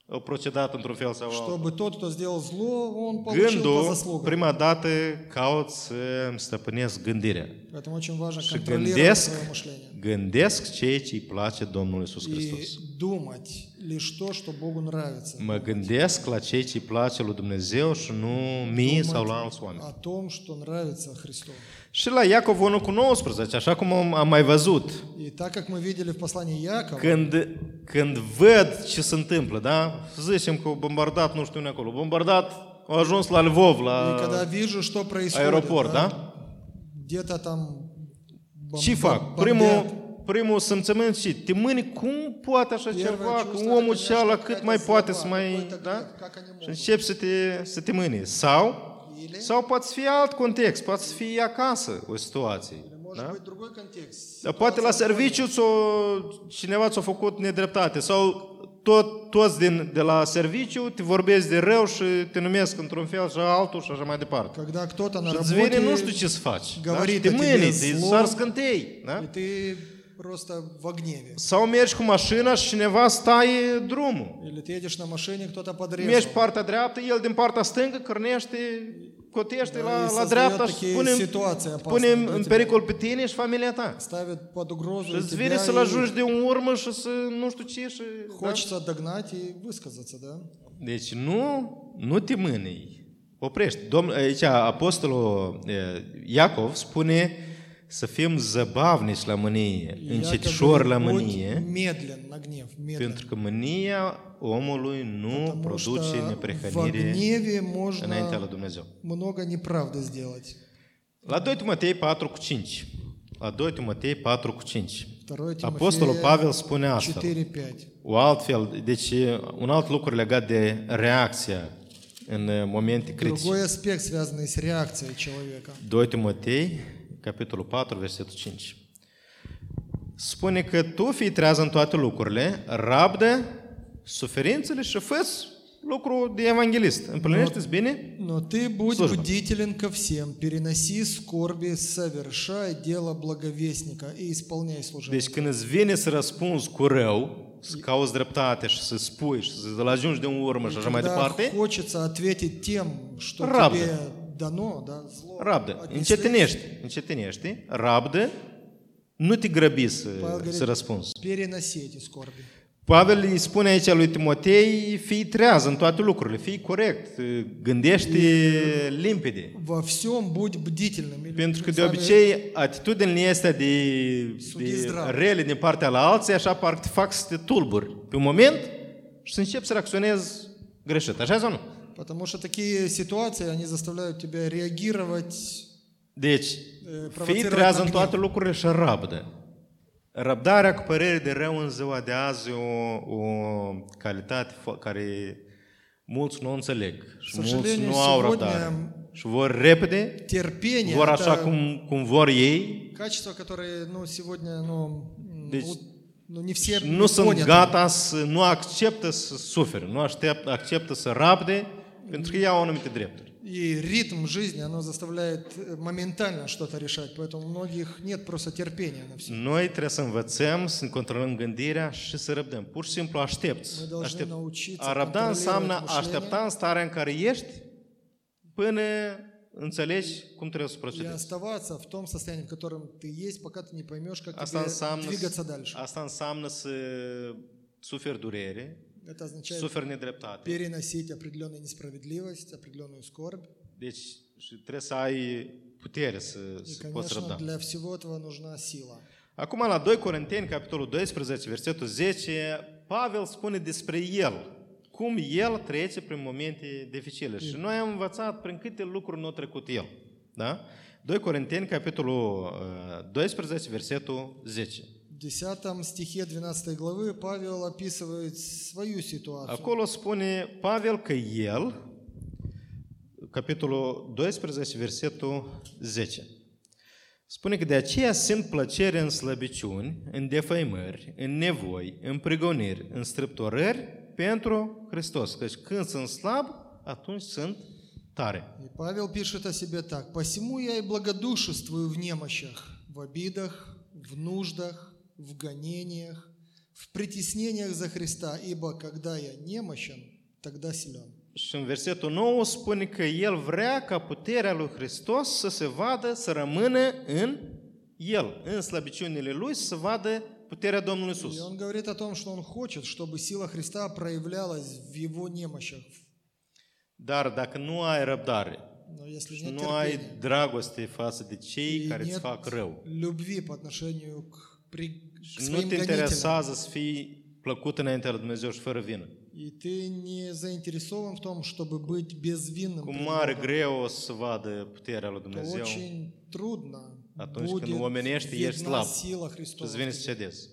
[SPEAKER 1] a procedat într-un fel sau altul.
[SPEAKER 2] Чтобы тот, кто сделал зло, он получил по
[SPEAKER 1] Gândul,
[SPEAKER 2] заслугам.
[SPEAKER 1] prima dată caut să îmi stăpânesc gândirea.
[SPEAKER 2] Поэтому очень важно
[SPEAKER 1] Și
[SPEAKER 2] контролировать
[SPEAKER 1] gândesc,
[SPEAKER 2] свое мышление.
[SPEAKER 1] gândesc ceea ce îi place Domnului Iisus
[SPEAKER 2] И
[SPEAKER 1] Hristos.
[SPEAKER 2] думать лишь то, что Богу нравится.
[SPEAKER 1] Mă gândesc la ceea ce îi place lui Dumnezeu și nu mie sau la alți oameni.
[SPEAKER 2] О том, что nравится Христу.
[SPEAKER 1] Și la Iacov 1 cu 19, așa cum am am mai văzut,
[SPEAKER 2] И так как мы видели в послании Якова,
[SPEAKER 1] când, când văd ce se întâmplă, da? Zicem că au bombardat nu știu unde acolo, bombardat, au ajuns la Lvov,
[SPEAKER 2] и
[SPEAKER 1] la
[SPEAKER 2] когда вижу, что происходит,
[SPEAKER 1] aeroport,
[SPEAKER 2] да,
[SPEAKER 1] da?
[SPEAKER 2] где-то там бом-
[SPEAKER 1] Ce fac?
[SPEAKER 2] бомбят.
[SPEAKER 1] Primul, primul simțământ și te mâni, cum poate așa
[SPEAKER 2] Первое
[SPEAKER 1] ceva,
[SPEAKER 2] чувство,
[SPEAKER 1] că
[SPEAKER 2] это,
[SPEAKER 1] omul
[SPEAKER 2] конечно,
[SPEAKER 1] ceala cât
[SPEAKER 2] какая-то
[SPEAKER 1] mai poate să
[SPEAKER 2] слова,
[SPEAKER 1] mai,
[SPEAKER 2] какой-то
[SPEAKER 1] da?
[SPEAKER 2] гнев, как они
[SPEAKER 1] Și
[SPEAKER 2] могут.
[SPEAKER 1] începi să te, să te mâni. Sau,
[SPEAKER 2] Или-
[SPEAKER 1] sau poate să fie alt context, poate să fie acasă o situație.
[SPEAKER 2] Может
[SPEAKER 1] Da?
[SPEAKER 2] быть, другой контекст.
[SPEAKER 1] Dar poate la serviciu ți-o, cineva ți-a făcut nedreptate sau tot, toți din, de la serviciu te vorbesc de rău și te numesc într-un fel și altul și așa mai departe.
[SPEAKER 2] Когда кто-то на
[SPEAKER 1] Și îți vine, nu știu
[SPEAKER 2] работе,
[SPEAKER 1] ce să faci. Da?
[SPEAKER 2] говорит
[SPEAKER 1] Și te
[SPEAKER 2] о тебе
[SPEAKER 1] mâni, te
[SPEAKER 2] zlo.
[SPEAKER 1] sar scântei. Da?
[SPEAKER 2] и ты просто в гневе.
[SPEAKER 1] Sau mergi cu mașina și cineva staie drumul.
[SPEAKER 2] Или ты едешь на машине, кто-то
[SPEAKER 1] Mergi
[SPEAKER 2] подрезал.
[SPEAKER 1] partea dreaptă, el din partea stângă cârnește, cotește
[SPEAKER 2] Da, ei
[SPEAKER 1] la, la
[SPEAKER 2] s-au
[SPEAKER 1] dreapta
[SPEAKER 2] zgâriat
[SPEAKER 1] și
[SPEAKER 2] că e
[SPEAKER 1] pune,
[SPEAKER 2] situație apasă
[SPEAKER 1] pune în-
[SPEAKER 2] pentru
[SPEAKER 1] în
[SPEAKER 2] tine.
[SPEAKER 1] pericol pe tine și familia ta.
[SPEAKER 2] Ставит под угрозу
[SPEAKER 1] Și
[SPEAKER 2] и
[SPEAKER 1] îți vine
[SPEAKER 2] тебя,
[SPEAKER 1] să-l
[SPEAKER 2] и
[SPEAKER 1] ajungi de un urmă și să nu știu ce și... da?
[SPEAKER 2] хочется догнать и высказаться, да?
[SPEAKER 1] Deci nu, nu te mâni, oprești. Domn, aici apostolul e, Iacov spune să fim zăbavnici la mânie,
[SPEAKER 2] И
[SPEAKER 1] încetșori la
[SPEAKER 2] якобы будь
[SPEAKER 1] mânie,
[SPEAKER 2] медлен на гнев, медлен.
[SPEAKER 1] pentru că mânia omului nu
[SPEAKER 2] Потому что
[SPEAKER 1] produce
[SPEAKER 2] в
[SPEAKER 1] neprihănire
[SPEAKER 2] гневе
[SPEAKER 1] înaintea lui
[SPEAKER 2] можно
[SPEAKER 1] Dumnezeu.
[SPEAKER 2] много неправды сделать.
[SPEAKER 1] La 2 Timotei 4 cu 5. La 2 Timotei 4 cu 5.
[SPEAKER 2] 2 Тимофея
[SPEAKER 1] Apostolul Pavel spune asta.
[SPEAKER 2] 4.5.
[SPEAKER 1] O altfel, deci un alt lucru legat de reacția în uh, momente critice.
[SPEAKER 2] Другой аспект, связанный с реакцией человека.
[SPEAKER 1] 2 Timotei, capitolul 4, versetul 5. Spune că tu fii trează în toate lucrurile, rabdă suferințele și fă lucru de evanghelist. Împlinește-ți bine?
[SPEAKER 2] Но ты будь
[SPEAKER 1] Служба.
[SPEAKER 2] бдителен ко всем, переноси скорби, совершай дело благовестника и исполняй служение.
[SPEAKER 1] Deci când îți vine să răspunzi cu rău, să cauzi dreptate și să spui și să-l ajungi de un urmă și așa mai
[SPEAKER 2] Когда
[SPEAKER 1] departe,
[SPEAKER 2] хочется ответить тем, что
[SPEAKER 1] Правда.
[SPEAKER 2] тебе дано, да, зло.
[SPEAKER 1] rabdă.
[SPEAKER 2] отнесли,
[SPEAKER 1] Încetinește, încetinește, rabdă, nu te grăbi să,
[SPEAKER 2] Pavel говорит,
[SPEAKER 1] să răspunzi.
[SPEAKER 2] Переноси эти скорби.
[SPEAKER 1] Pavel îi spune aici lui Timotei, fii treaz în toate lucrurile, fii corect, gândește limpede.
[SPEAKER 2] Во всем будь бдительным. Или
[SPEAKER 1] Pentru că
[SPEAKER 2] другими
[SPEAKER 1] de
[SPEAKER 2] словами,
[SPEAKER 1] obicei atitudinile astea de, de
[SPEAKER 2] Sughiți drag.
[SPEAKER 1] rele din partea la alții, așa parcă te fac să te tulburi pe un moment și să începi să reacționezi greșit. Așa sau nu?
[SPEAKER 2] Потому что такие ситуации, они заставляют тебя реагировать.
[SPEAKER 1] Deci, fii
[SPEAKER 2] provocerea
[SPEAKER 1] treaz în
[SPEAKER 2] activ.
[SPEAKER 1] toate lucrurile și rabdă. Răbdarea cu părere de rău în ziua de azi e o, o calitate fo- care mulți nu o înțeleg și
[SPEAKER 2] Să
[SPEAKER 1] mulți
[SPEAKER 2] șelene,
[SPEAKER 1] nu au
[SPEAKER 2] сегодня-
[SPEAKER 1] răbdare. Și vor repede,
[SPEAKER 2] Терпение
[SPEAKER 1] vor
[SPEAKER 2] это
[SPEAKER 1] așa cum, cum vor ei,
[SPEAKER 2] качество, которое ну, сегодня ну, м,
[SPEAKER 1] То есть
[SPEAKER 2] у- ну, не все
[SPEAKER 1] nu sunt
[SPEAKER 2] поняты.
[SPEAKER 1] gata să nu acceptă să suferi, nu aștept, acceptă să rabde, pentru că iau anumite drepturi.
[SPEAKER 2] И ритм жизни, оно заставляет э, моментально что-то решать. Поэтому у многих нет просто терпения на все.
[SPEAKER 1] Noi trebuie să învățăm, să ne controlăm gândirea și să răbdăm. Pur și simplu aștepți.
[SPEAKER 2] Noi должны
[SPEAKER 1] Aștept.
[SPEAKER 2] научиться
[SPEAKER 1] A răbda înseamnă
[SPEAKER 2] controlировать
[SPEAKER 1] a aștepta în starea în care ești până înțelegi cum trebuie să
[SPEAKER 2] И
[SPEAKER 1] procedezi.
[SPEAKER 2] оставаться в том состоянии, в котором ты есть, пока ты не поймешь, как
[SPEAKER 1] Asta
[SPEAKER 2] тебе
[SPEAKER 1] înseamnă,
[SPEAKER 2] двигаться дальше.
[SPEAKER 1] asta înseamnă să suferi durere,
[SPEAKER 2] Это означает
[SPEAKER 1] suferi nedreptate.
[SPEAKER 2] переносить определенную несправедливость, определенную скорбь.
[SPEAKER 1] Deci și trebuie să ai putere să,
[SPEAKER 2] И,
[SPEAKER 1] să poți răbda.
[SPEAKER 2] конечно, для всего этого нужна сila.
[SPEAKER 1] Acum la 2 Corinteni, capitolul 12, versetul 10, Pavel spune despre el, cum el trece prin momente dificile. Și noi am învățat prin câte lucruri nu a trecut el. Da? 2 Corinteni, capitolul uh, 12, versetul 10.
[SPEAKER 2] В 10 стихе 12 главы Павел описывает свою ситуацию.
[SPEAKER 1] Acolo spune Pavel că el, capitolul 12, versetul 10, spune că de aceea simt plăcere în slăbiciuni, în defăimări, în nevoi, în prigoniri, în strâptorări pentru Hristos. Căci când sunt slab, atunci sunt tare.
[SPEAKER 2] И Павел пишет о себе так. «Посему я и благодушествую в немощах, в обидах, в нуждах, в гонениях, в притеснениях за Христа, ибо когда я немощен, тогда силен».
[SPEAKER 1] Și în versetul 9 spune că el vrea ca puterea lui Hristos să se vadă, să rămână în el, în slăbiciunile lui, să vadă puterea Domnului
[SPEAKER 2] И
[SPEAKER 1] Isus.
[SPEAKER 2] он говорит о том, что он хочет, чтобы сила Христа проявлялась в его немощах.
[SPEAKER 1] Dar dacă nu ai răbdare,
[SPEAKER 2] Но если
[SPEAKER 1] și
[SPEAKER 2] нет
[SPEAKER 1] nu ai
[SPEAKER 2] терпения
[SPEAKER 1] dragoste față de cei
[SPEAKER 2] и
[SPEAKER 1] care îți fac
[SPEAKER 2] нет
[SPEAKER 1] rău,
[SPEAKER 2] любви по отношению к, при- к
[SPEAKER 1] și nu
[SPEAKER 2] своим
[SPEAKER 1] te
[SPEAKER 2] гонителям,
[SPEAKER 1] interesează să fii plăcut înaintea lui Dumnezeu și fără vină.
[SPEAKER 2] и ты не заинтересован в том, чтобы быть безвинным,
[SPEAKER 1] Cu
[SPEAKER 2] пред
[SPEAKER 1] mare
[SPEAKER 2] Богом,
[SPEAKER 1] greu o să vadă puterea lui
[SPEAKER 2] то
[SPEAKER 1] Dumnezeu și
[SPEAKER 2] очень трудно
[SPEAKER 1] Atunci
[SPEAKER 2] будет
[SPEAKER 1] când omenește, ești
[SPEAKER 2] видна
[SPEAKER 1] slab.
[SPEAKER 2] сила
[SPEAKER 1] îți
[SPEAKER 2] Христова.
[SPEAKER 1] vine
[SPEAKER 2] в
[SPEAKER 1] să
[SPEAKER 2] тебе.
[SPEAKER 1] cedezi.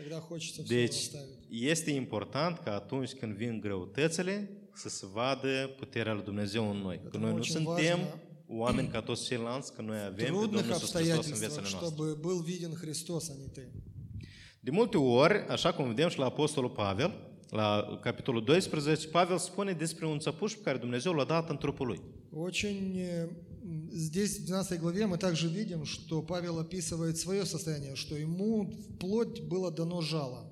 [SPEAKER 2] Тогда хочется все
[SPEAKER 1] Deci
[SPEAKER 2] оставить.
[SPEAKER 1] este important ca atunci când vin greutățile să se vadă puterea lui Dumnezeu în noi. Că noi nu
[SPEAKER 2] Atunci, în
[SPEAKER 1] suntem
[SPEAKER 2] varză,
[SPEAKER 1] oameni ca toți ceilalți, că noi avem pe
[SPEAKER 2] В
[SPEAKER 1] Domnul
[SPEAKER 2] трудных
[SPEAKER 1] Iisus Hristos în
[SPEAKER 2] обстоятельствах,
[SPEAKER 1] viețile noastre.
[SPEAKER 2] чтобы был виден Христос, а не ты.
[SPEAKER 1] De multe ori, așa cum vedem și la Apostolul Pavel, la capitolul 12, Pavel spune despre un țăpuș pe care Dumnezeu l-a dat în trupul lui.
[SPEAKER 2] Очень э, м, здесь, в 12 главе, мы также видим, что Павел описывает свое состояние, что ему вплоть было дано жало.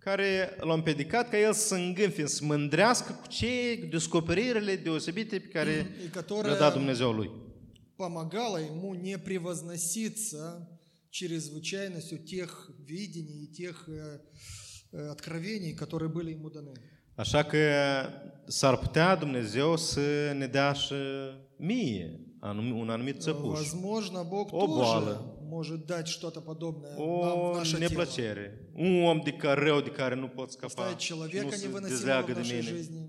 [SPEAKER 1] care l-a împedicat ca el să îngânfe, să mândrească cu ce descoperirile deosebite pe care
[SPEAKER 2] И
[SPEAKER 1] le-a dat
[SPEAKER 2] которое
[SPEAKER 1] Dumnezeu lui.
[SPEAKER 2] помогало ему не превозноситься чрезвычайностью тех видений и тех э, э, откровений, которые были ему даны.
[SPEAKER 1] Așa că s-ar putea Dumnezeu să ne dea și mie anum- un anumit țăpuș,
[SPEAKER 2] Возможно, Бог
[SPEAKER 1] О,
[SPEAKER 2] тоже
[SPEAKER 1] бала.
[SPEAKER 2] может дать что-то подобное нам в
[SPEAKER 1] o
[SPEAKER 2] наше тело.
[SPEAKER 1] neplăcere, un om de care rău de care nu pot scăpa,
[SPEAKER 2] Поставить
[SPEAKER 1] și nu
[SPEAKER 2] человека
[SPEAKER 1] se
[SPEAKER 2] невыносимого
[SPEAKER 1] dezleagă
[SPEAKER 2] в
[SPEAKER 1] de
[SPEAKER 2] нашей
[SPEAKER 1] mine.
[SPEAKER 2] жизни,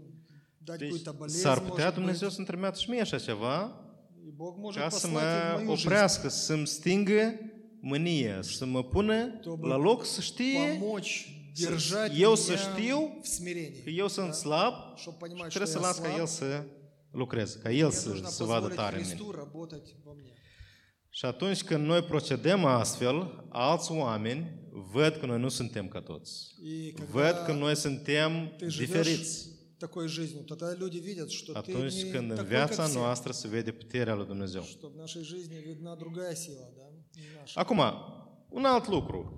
[SPEAKER 2] дать
[SPEAKER 1] Deci
[SPEAKER 2] какую-то болезнь,
[SPEAKER 1] s-ar putea
[SPEAKER 2] может
[SPEAKER 1] Dumnezeu
[SPEAKER 2] быть.
[SPEAKER 1] să-mi trimită și mie așa ceva,
[SPEAKER 2] И Бог может
[SPEAKER 1] ca să
[SPEAKER 2] послать
[SPEAKER 1] mă
[SPEAKER 2] и в мою жизнь,
[SPEAKER 1] oprească, să-mi stingă mânia, să mă pună
[SPEAKER 2] Tobă-
[SPEAKER 1] la loc să știe
[SPEAKER 2] помочь
[SPEAKER 1] să-
[SPEAKER 2] держать
[SPEAKER 1] eu să știu
[SPEAKER 2] меня в
[SPEAKER 1] că
[SPEAKER 2] смирении.
[SPEAKER 1] eu sunt slab
[SPEAKER 2] Чтобы
[SPEAKER 1] și
[SPEAKER 2] понимать, что
[SPEAKER 1] trebuie
[SPEAKER 2] я
[SPEAKER 1] să las ca el
[SPEAKER 2] слаб,
[SPEAKER 1] să lucreze, ca el
[SPEAKER 2] мне
[SPEAKER 1] să,
[SPEAKER 2] нужно
[SPEAKER 1] să vadă
[SPEAKER 2] позволить
[SPEAKER 1] tare în mine.
[SPEAKER 2] Христу работать во мне.
[SPEAKER 1] Și atunci când noi procedăm astfel, alți oameni văd că noi nu suntem ca toți.
[SPEAKER 2] И
[SPEAKER 1] Văd că
[SPEAKER 2] когда
[SPEAKER 1] noi suntem
[SPEAKER 2] ты живешь
[SPEAKER 1] diferiți.
[SPEAKER 2] такой жизнью, тогда люди видят, что ты
[SPEAKER 1] Atunci
[SPEAKER 2] не
[SPEAKER 1] când în
[SPEAKER 2] такой, как
[SPEAKER 1] viața
[SPEAKER 2] все.
[SPEAKER 1] noastră se vede puterea lui Dumnezeu.
[SPEAKER 2] Что в нашей жизни видна другая сила, да? не наша.
[SPEAKER 1] Acum, un alt lucru.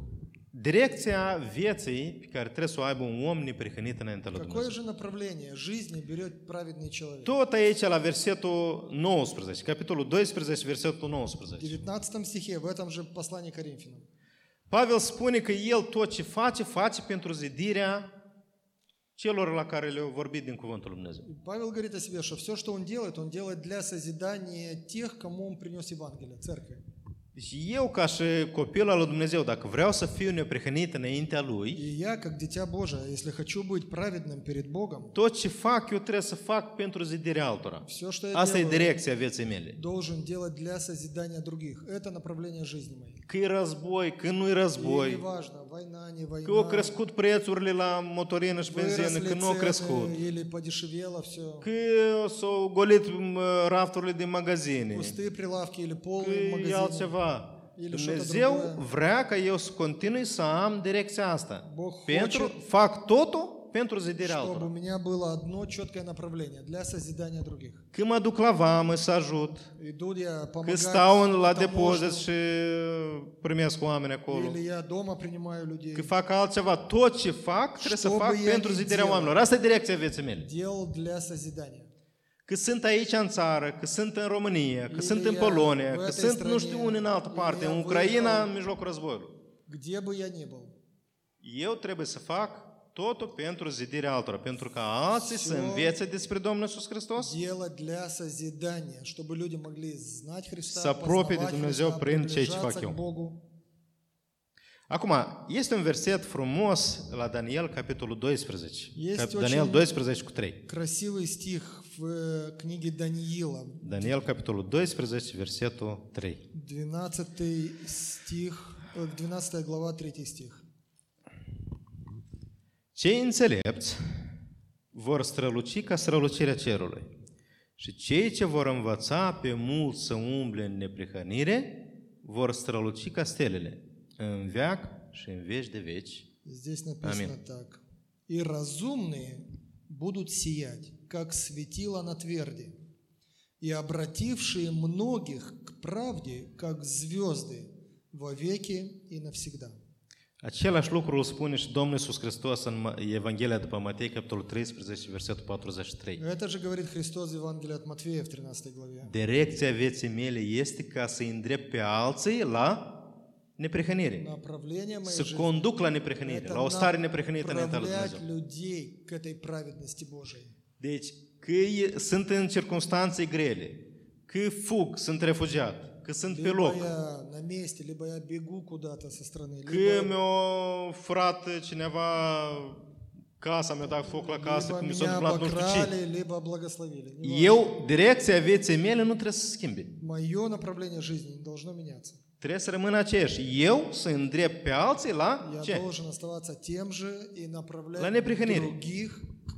[SPEAKER 1] Direcția vieții pe care trebuie să o aibă un om neprihănit înaintea lui
[SPEAKER 2] Какое
[SPEAKER 1] Dumnezeu.
[SPEAKER 2] же направление жизни берет праведный человек?
[SPEAKER 1] Tot aici la versetul 19, capitolul 12, versetul 19.
[SPEAKER 2] Deci- 19 стихе, в этом же послании к Коринфянам.
[SPEAKER 1] Pavel spune că el tot ce face, face pentru zidirea celor la care le-au vorbit din Cuvântul Lui Dumnezeu.
[SPEAKER 2] И Павел говорит о себе, что все, что он делает, он делает для созидания тех, кому он принес Евангелие, церкви.
[SPEAKER 1] Deci eu, ca și copil al lui Dumnezeu, dacă vreau să fiu neprihănit înaintea
[SPEAKER 2] И
[SPEAKER 1] Lui,
[SPEAKER 2] я, как дитя Божие, если хочу быть праведным перед Богом,
[SPEAKER 1] tot ce fac, eu trebuie să fac pentru zidirea altora.
[SPEAKER 2] все, что я
[SPEAKER 1] Asta e
[SPEAKER 2] делаю,
[SPEAKER 1] direcția vieții mele.
[SPEAKER 2] должен делать для созидания других. Это направление жизни моей.
[SPEAKER 1] Că e război, că nu e
[SPEAKER 2] И
[SPEAKER 1] război,
[SPEAKER 2] неважно, война, не война,
[SPEAKER 1] că au crescut prețurile la motorină și benzină,
[SPEAKER 2] выросли
[SPEAKER 1] că nu au crescut,
[SPEAKER 2] цены или подешевело все,
[SPEAKER 1] că s-au golit m, rafturile din magazine,
[SPEAKER 2] пустые прилавки или
[SPEAKER 1] că e
[SPEAKER 2] полные магазины.
[SPEAKER 1] altceva.
[SPEAKER 2] Ele și-o
[SPEAKER 1] Dumnezeu
[SPEAKER 2] dădruie.
[SPEAKER 1] vrea ca eu să continui să am direcția asta.
[SPEAKER 2] Бог
[SPEAKER 1] Pentru,
[SPEAKER 2] хочет,
[SPEAKER 1] fac totul pentru zidirea
[SPEAKER 2] чтобы
[SPEAKER 1] altora.
[SPEAKER 2] у меня было одно четкое направление для созидания других.
[SPEAKER 1] Că mă duc la vamă să ajut,
[SPEAKER 2] Иду я
[SPEAKER 1] că
[SPEAKER 2] помогать
[SPEAKER 1] stau în- la
[SPEAKER 2] тому,
[SPEAKER 1] depozit
[SPEAKER 2] что-
[SPEAKER 1] și primesc oameni acolo,
[SPEAKER 2] Или я дома принимаю людей.
[SPEAKER 1] că fac altceva. Tot ce fac trebuie să
[SPEAKER 2] Știu,
[SPEAKER 1] fac
[SPEAKER 2] băiatul
[SPEAKER 1] pentru zidirea
[SPEAKER 2] Dumnezeu.
[SPEAKER 1] oamenilor. Asta e direcția vieții mele.
[SPEAKER 2] Делал для созидания.
[SPEAKER 1] Că sunt aici în țară, că sunt în România, că
[SPEAKER 2] Iulia,
[SPEAKER 1] sunt în Polonia, că
[SPEAKER 2] băiatul
[SPEAKER 1] sunt
[SPEAKER 2] străin,
[SPEAKER 1] nu știu unde în altă
[SPEAKER 2] Iulia,
[SPEAKER 1] parte, în Ucraina,
[SPEAKER 2] băiatul-
[SPEAKER 1] în mijlocul războiului.
[SPEAKER 2] Где бы я ни был.
[SPEAKER 1] Eu trebuie să fac totul pentru zidirea altora, pentru ca alții să
[SPEAKER 2] Всё.
[SPEAKER 1] învețe despre Domnul Iisus Hristos,
[SPEAKER 2] Делать для созидания, чтобы люди могли знать Христа,
[SPEAKER 1] Сапропи
[SPEAKER 2] познавать
[SPEAKER 1] de Dumnezeu
[SPEAKER 2] Христа,
[SPEAKER 1] prin ce aici
[SPEAKER 2] приближаться
[SPEAKER 1] fac
[SPEAKER 2] к
[SPEAKER 1] eu.
[SPEAKER 2] Богу.
[SPEAKER 1] Acum, este un verset frumos la Daniel, capitolul 12.
[SPEAKER 2] Este
[SPEAKER 1] Cap-
[SPEAKER 2] o
[SPEAKER 1] Daniel
[SPEAKER 2] cine-
[SPEAKER 1] 12 cu 3.
[SPEAKER 2] Красивый стих в э, книге Даниила,
[SPEAKER 1] Daniel, capitolul 12, versetul 3.
[SPEAKER 2] 12 стих, э, 12 глава, 3 стих.
[SPEAKER 1] Cei înțelepți vor străluci ca strălucirea cerului și cei ce vor învăța pe mult să umble în neprihănire vor străluci ca stelele în veac și în veci de veci.
[SPEAKER 2] Здесь написано
[SPEAKER 1] Аминь.
[SPEAKER 2] так. И разумные будут сиять, как светило на тверди, и обратившие многих к правде, как звезды, во веки и навсегда.
[SPEAKER 1] Același lucru îl spune și Domnul Iisus Hristos în Ma- Evanghelia după Matei, capitolul 13, versetul 43.
[SPEAKER 2] Это же говорит Христос в Евангелии от Матфея в 13 главе.
[SPEAKER 1] Direcția vieții mele este ca să îi îndrept pe alții la
[SPEAKER 2] Da,
[SPEAKER 1] neprihănire.
[SPEAKER 2] Направление моей
[SPEAKER 1] Să
[SPEAKER 2] жизни
[SPEAKER 1] conduc la
[SPEAKER 2] –
[SPEAKER 1] neprihănire,
[SPEAKER 2] это
[SPEAKER 1] la o stare neprihănită înaintea lui
[SPEAKER 2] направлять
[SPEAKER 1] Dumnezeu.
[SPEAKER 2] людей к этой праведности Божией.
[SPEAKER 1] Deci, că e- sunt în circunstanțe grele, că fug, sunt refugiat, că sunt pe
[SPEAKER 2] Либо
[SPEAKER 1] loc,
[SPEAKER 2] я на месте, либо я бегу куда-то со стороны,
[SPEAKER 1] că
[SPEAKER 2] либо,
[SPEAKER 1] mi-a furat cineva casa, mi-a dat foc la casă,
[SPEAKER 2] либо
[SPEAKER 1] cum mi s-a
[SPEAKER 2] меня
[SPEAKER 1] întâmplat nu știu ce.
[SPEAKER 2] обокрали, либо благословили. Не
[SPEAKER 1] Eu, direcția vieții mele nu trebuie să se schimbe.
[SPEAKER 2] Мое направление жизни не должно меняться.
[SPEAKER 1] Trebuie să rămână aceeași. Eu să îndrept pe alții la
[SPEAKER 2] Я
[SPEAKER 1] ce?
[SPEAKER 2] должен оставаться тем же и направлять
[SPEAKER 1] La neprihănire.
[SPEAKER 2] других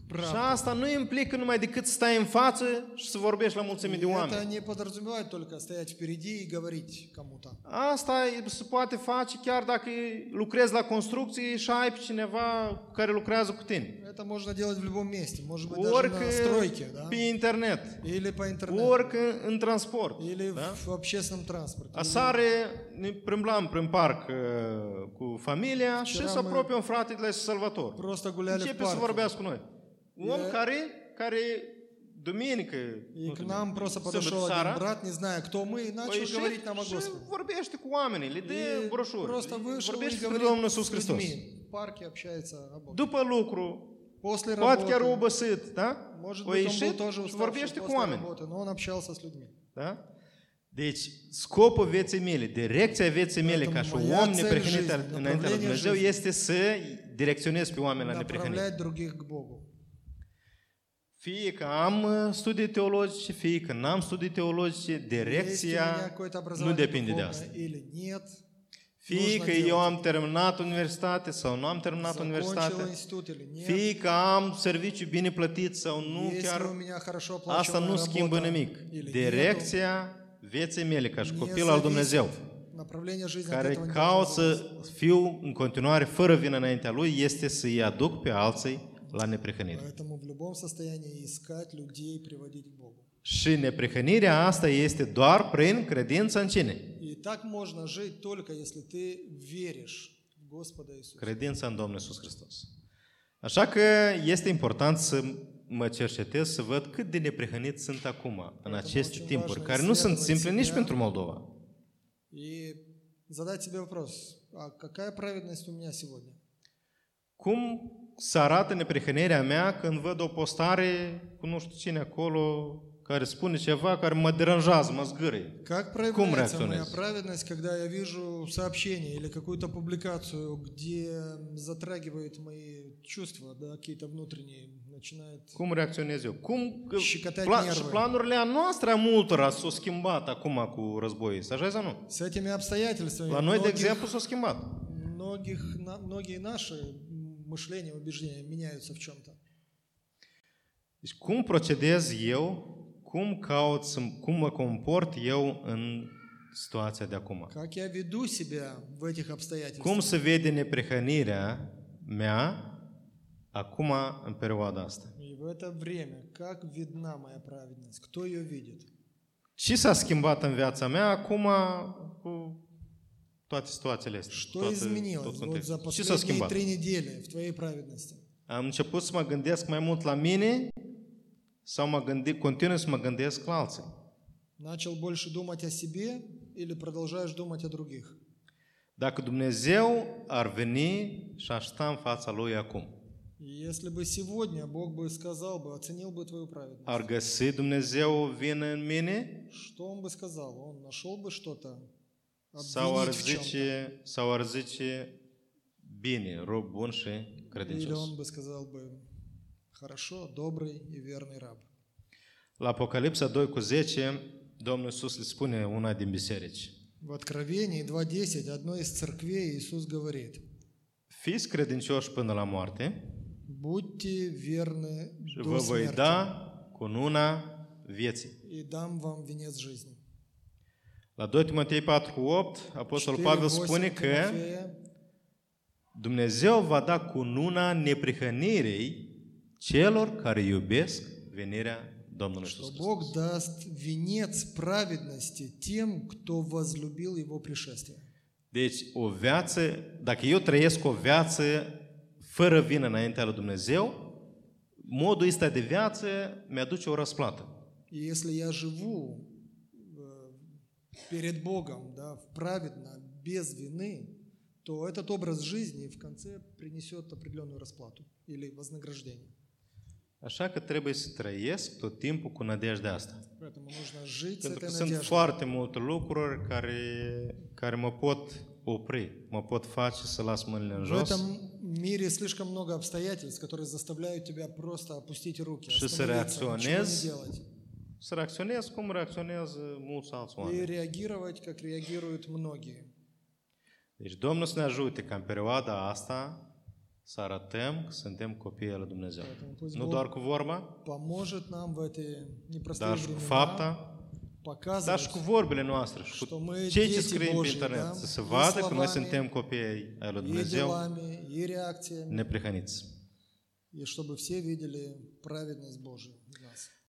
[SPEAKER 2] к
[SPEAKER 1] Și
[SPEAKER 2] правде.
[SPEAKER 1] asta nu implică numai decât să stai în față și să vorbești la mulțime de
[SPEAKER 2] И это
[SPEAKER 1] oameni.
[SPEAKER 2] не подразумевает только стоять впереди и говорить кому-то.
[SPEAKER 1] Asta e- se poate face chiar dacă lucrezi la construcții și ai pe cineva care lucrează cu tine.
[SPEAKER 2] Это можно делать в любом месте, может быть, даже
[SPEAKER 1] Orică
[SPEAKER 2] на стройке, да?
[SPEAKER 1] pe internet,
[SPEAKER 2] Или по интернету,
[SPEAKER 1] orică în transport.
[SPEAKER 2] или в-
[SPEAKER 1] Da?
[SPEAKER 2] в общественном транспорте.
[SPEAKER 1] Asare ne plimbam prin parc uh, cu familia și
[SPEAKER 2] Deci Eram
[SPEAKER 1] se
[SPEAKER 2] în-
[SPEAKER 1] apropie un frate de la Salvator.
[SPEAKER 2] Просто гуляли в
[SPEAKER 1] Începe să
[SPEAKER 2] парке.
[SPEAKER 1] vorbească cu noi. Un om
[SPEAKER 2] E-
[SPEAKER 1] care, care duminică,
[SPEAKER 2] И
[SPEAKER 1] nu
[SPEAKER 2] к
[SPEAKER 1] duminică,
[SPEAKER 2] нам просто
[SPEAKER 1] sâmbătă
[SPEAKER 2] подошел один
[SPEAKER 1] seara,
[SPEAKER 2] брат, не зная, кто мы, и начал
[SPEAKER 1] păi
[SPEAKER 2] говорить нам о
[SPEAKER 1] și, și
[SPEAKER 2] Господе.
[SPEAKER 1] vorbește cu oamenii, le dă
[SPEAKER 2] И
[SPEAKER 1] broșuri,
[SPEAKER 2] просто вышел и
[SPEAKER 1] vorbește cu Domnul
[SPEAKER 2] говорит
[SPEAKER 1] Iisus
[SPEAKER 2] с
[SPEAKER 1] Hristos.
[SPEAKER 2] людьми. В парке общается о Боге.
[SPEAKER 1] După lucru,
[SPEAKER 2] После
[SPEAKER 1] poate chiar
[SPEAKER 2] работы,
[SPEAKER 1] obosit, da?
[SPEAKER 2] может
[SPEAKER 1] O
[SPEAKER 2] быть, он был
[SPEAKER 1] ieșit
[SPEAKER 2] тоже
[SPEAKER 1] și
[SPEAKER 2] уставший
[SPEAKER 1] vorbește cu
[SPEAKER 2] после
[SPEAKER 1] oameni.
[SPEAKER 2] работы, но он общался с людьми.
[SPEAKER 1] Da? Deci, scopul vieții mele, direcția vieții mele ca și
[SPEAKER 2] Поэтому моя
[SPEAKER 1] om
[SPEAKER 2] цель
[SPEAKER 1] neprihănit
[SPEAKER 2] жизни,
[SPEAKER 1] al- înaintea lui
[SPEAKER 2] направление
[SPEAKER 1] Dumnezeu
[SPEAKER 2] жизни.
[SPEAKER 1] este să direcționez pe oameni la neprihănire.
[SPEAKER 2] Направлять других к Богу.
[SPEAKER 1] Fie că am uh, studii teologice, fie că n-am studii teologice,
[SPEAKER 2] Есть у меня
[SPEAKER 1] direcția
[SPEAKER 2] какое-то
[SPEAKER 1] nu
[SPEAKER 2] образование
[SPEAKER 1] depinde de
[SPEAKER 2] духовное
[SPEAKER 1] asta.
[SPEAKER 2] или нет.
[SPEAKER 1] Fie
[SPEAKER 2] нужно
[SPEAKER 1] că
[SPEAKER 2] делать.
[SPEAKER 1] eu am terminat universitate sau nu am terminat
[SPEAKER 2] Закончил
[SPEAKER 1] universitate,
[SPEAKER 2] институт или нет.
[SPEAKER 1] fie că am serviciu bine plătit sau nu,
[SPEAKER 2] Если у
[SPEAKER 1] chiar
[SPEAKER 2] меня хорошо
[SPEAKER 1] asta
[SPEAKER 2] оплачиваемая
[SPEAKER 1] nu schimbă
[SPEAKER 2] работа
[SPEAKER 1] nimic.
[SPEAKER 2] или нету,
[SPEAKER 1] Direcția vieții mele ca și
[SPEAKER 2] не
[SPEAKER 1] copil al Dumnezeu.
[SPEAKER 2] зависит. Направление жизни от
[SPEAKER 1] care
[SPEAKER 2] этого не
[SPEAKER 1] caut
[SPEAKER 2] должно
[SPEAKER 1] să fiu în continuare fără vină înaintea lui este să-i aduc pe alții la neprihănire.
[SPEAKER 2] Поэтому в любом состоянии искать людей, приводить к Богу.
[SPEAKER 1] Și neprihănirea asta este doar prin credința în cine?
[SPEAKER 2] И так можно жить только если ты веришь в Господа Иисуса.
[SPEAKER 1] Credința în Domnul Iisus Hristos. Așa că este important să mă cercetez, să văd cât de neprihănit sunt acum, în aceste
[SPEAKER 2] ce
[SPEAKER 1] timpuri,
[SPEAKER 2] vașnă
[SPEAKER 1] care nu sunt
[SPEAKER 2] înseamnă
[SPEAKER 1] simple nici
[SPEAKER 2] ținea.
[SPEAKER 1] pentru Moldova.
[SPEAKER 2] И задать себе вопрос, а какая праведность у меня сегодня?
[SPEAKER 1] Cum să arată neprihănirea mea când văd o postare cu nu știu cine acolo, care spune ceva care mă deranjează, mă zgârie.
[SPEAKER 2] Как проявляется
[SPEAKER 1] реакционность?
[SPEAKER 2] моя праведность, когда я вижу сообщение или какую-то публикацию, где затрагивает мои чувства, да, какие-то внутренние, начинает...
[SPEAKER 1] Cum reacționez eu? Cum că
[SPEAKER 2] Și că te-ai
[SPEAKER 1] plan,
[SPEAKER 2] nervă.
[SPEAKER 1] și planurile a noastre a multora s-au schimbat acum cu războiul ăsta, așa e sau nu?
[SPEAKER 2] С этими обстоятельствами
[SPEAKER 1] La noi, de
[SPEAKER 2] многих,
[SPEAKER 1] exemplu, s-au schimbat.
[SPEAKER 2] многих на- многие наши мышления, убеждения меняются в чем-то.
[SPEAKER 1] Deci cum procedez eu, cum caut, să, cum mă comport eu în situația de acum?
[SPEAKER 2] Как я веду себя в этих обстоятельствах?
[SPEAKER 1] Cum se vede neprihănirea mea acum, în perioada asta?
[SPEAKER 2] И в это время, как видна моя праведность? Кто ее видит?
[SPEAKER 1] Ce s-a schimbat în viața mea acum cu toate situațiile astea? cu
[SPEAKER 2] Что
[SPEAKER 1] toată- tot
[SPEAKER 2] изменилось вот
[SPEAKER 1] contextul?
[SPEAKER 2] за
[SPEAKER 1] Ce s-a
[SPEAKER 2] последние
[SPEAKER 1] schimbat?
[SPEAKER 2] три недели в твоей праведности?
[SPEAKER 1] Am început să mă gândesc mai mult la mine sau mă gândi, continuu să mă gândesc la alții.
[SPEAKER 2] Начал больше думать о себе или продолжаешь думать о других?
[SPEAKER 1] Dacă Dumnezeu ar veni și aș sta în fața Lui acum,
[SPEAKER 2] И Если бы сегодня Бог бы сказал бы, оценил бы твою праведность,
[SPEAKER 1] ar găsi Dumnezeu o vină în mine
[SPEAKER 2] что Он бы сказал? Он нашел бы что-то?
[SPEAKER 1] sau ar
[SPEAKER 2] обвинить в чём-то?
[SPEAKER 1] zice, sau ar zice bine, rob bun și
[SPEAKER 2] Или
[SPEAKER 1] credincios.
[SPEAKER 2] Он бы сказал бы, хорошо, добрый и верный раб.
[SPEAKER 1] La Apocalipsa 2 cu 10, Domnul Iisus le spune una din biserici.
[SPEAKER 2] В Откровении 2.10 одной из церквей Иисус говорит –
[SPEAKER 1] Fiți credincioși până la moarte
[SPEAKER 2] Будьте верны
[SPEAKER 1] și
[SPEAKER 2] до
[SPEAKER 1] vă voi
[SPEAKER 2] смерти,
[SPEAKER 1] da cununa vieții.
[SPEAKER 2] и дам вам венец жизни.
[SPEAKER 1] La 2 Timotei 4 cu 8, Apostolul
[SPEAKER 2] 4:8
[SPEAKER 1] Pavel spune că
[SPEAKER 2] Тимофея,
[SPEAKER 1] Dumnezeu va da cununa neprihănirei celor care iubesc venirea Domnului
[SPEAKER 2] что
[SPEAKER 1] Iisus Hristos.
[SPEAKER 2] Бог даст венец праведности тем, кто возлюбил Его пришествие.
[SPEAKER 1] Deci, o viață, dacă eu trăiesc o viață fără vină înaintea lui Dumnezeu, modul ăsta de viață mi-aduce o răsplată.
[SPEAKER 2] И если я живу э, перед Богом, да, праведно, без вины, то этот образ жизни в конце принесет определенную расплату или вознаграждение.
[SPEAKER 1] Așa că trebuie să trăiesc tot timpul cu nădejdea asta.
[SPEAKER 2] Поэтому нужно жить с
[SPEAKER 1] Pentru că
[SPEAKER 2] этой
[SPEAKER 1] sunt
[SPEAKER 2] надеждой.
[SPEAKER 1] foarte multe lucruri care, care mă pot opri, mă pot face să las mâinile în
[SPEAKER 2] В
[SPEAKER 1] jos
[SPEAKER 2] этом мире слишком много обстоятельств, которые заставляют тебя просто опустить руки,
[SPEAKER 1] Что с
[SPEAKER 2] остановиться, ничего
[SPEAKER 1] реакционез?
[SPEAKER 2] не делать.
[SPEAKER 1] să reacționez cum reacționează mulți alți
[SPEAKER 2] И
[SPEAKER 1] oameni.
[SPEAKER 2] реагировать, как реагируют многие.
[SPEAKER 1] Deci Domnul să ne ajute ca în perioada asta să arătăm că suntem copii al lui Dumnezeu.
[SPEAKER 2] Poate am pus
[SPEAKER 1] Nu
[SPEAKER 2] Bob-
[SPEAKER 1] doar cu vorba,
[SPEAKER 2] Поможет нам в эти непростые
[SPEAKER 1] dar și cu
[SPEAKER 2] времена
[SPEAKER 1] fapta, dar
[SPEAKER 2] показывать,
[SPEAKER 1] și cu vorbile noastre și
[SPEAKER 2] Что
[SPEAKER 1] cu
[SPEAKER 2] мы
[SPEAKER 1] ceea ce
[SPEAKER 2] дети
[SPEAKER 1] scriem pe
[SPEAKER 2] Божьи,
[SPEAKER 1] internet,
[SPEAKER 2] da?
[SPEAKER 1] să se
[SPEAKER 2] И
[SPEAKER 1] vadă că noi
[SPEAKER 2] словами,
[SPEAKER 1] suntem copii ai lui
[SPEAKER 2] и
[SPEAKER 1] Dumnezeu
[SPEAKER 2] делами, и реакциями,
[SPEAKER 1] neprihăniți.
[SPEAKER 2] и чтобы все видели праведность Божию в нас.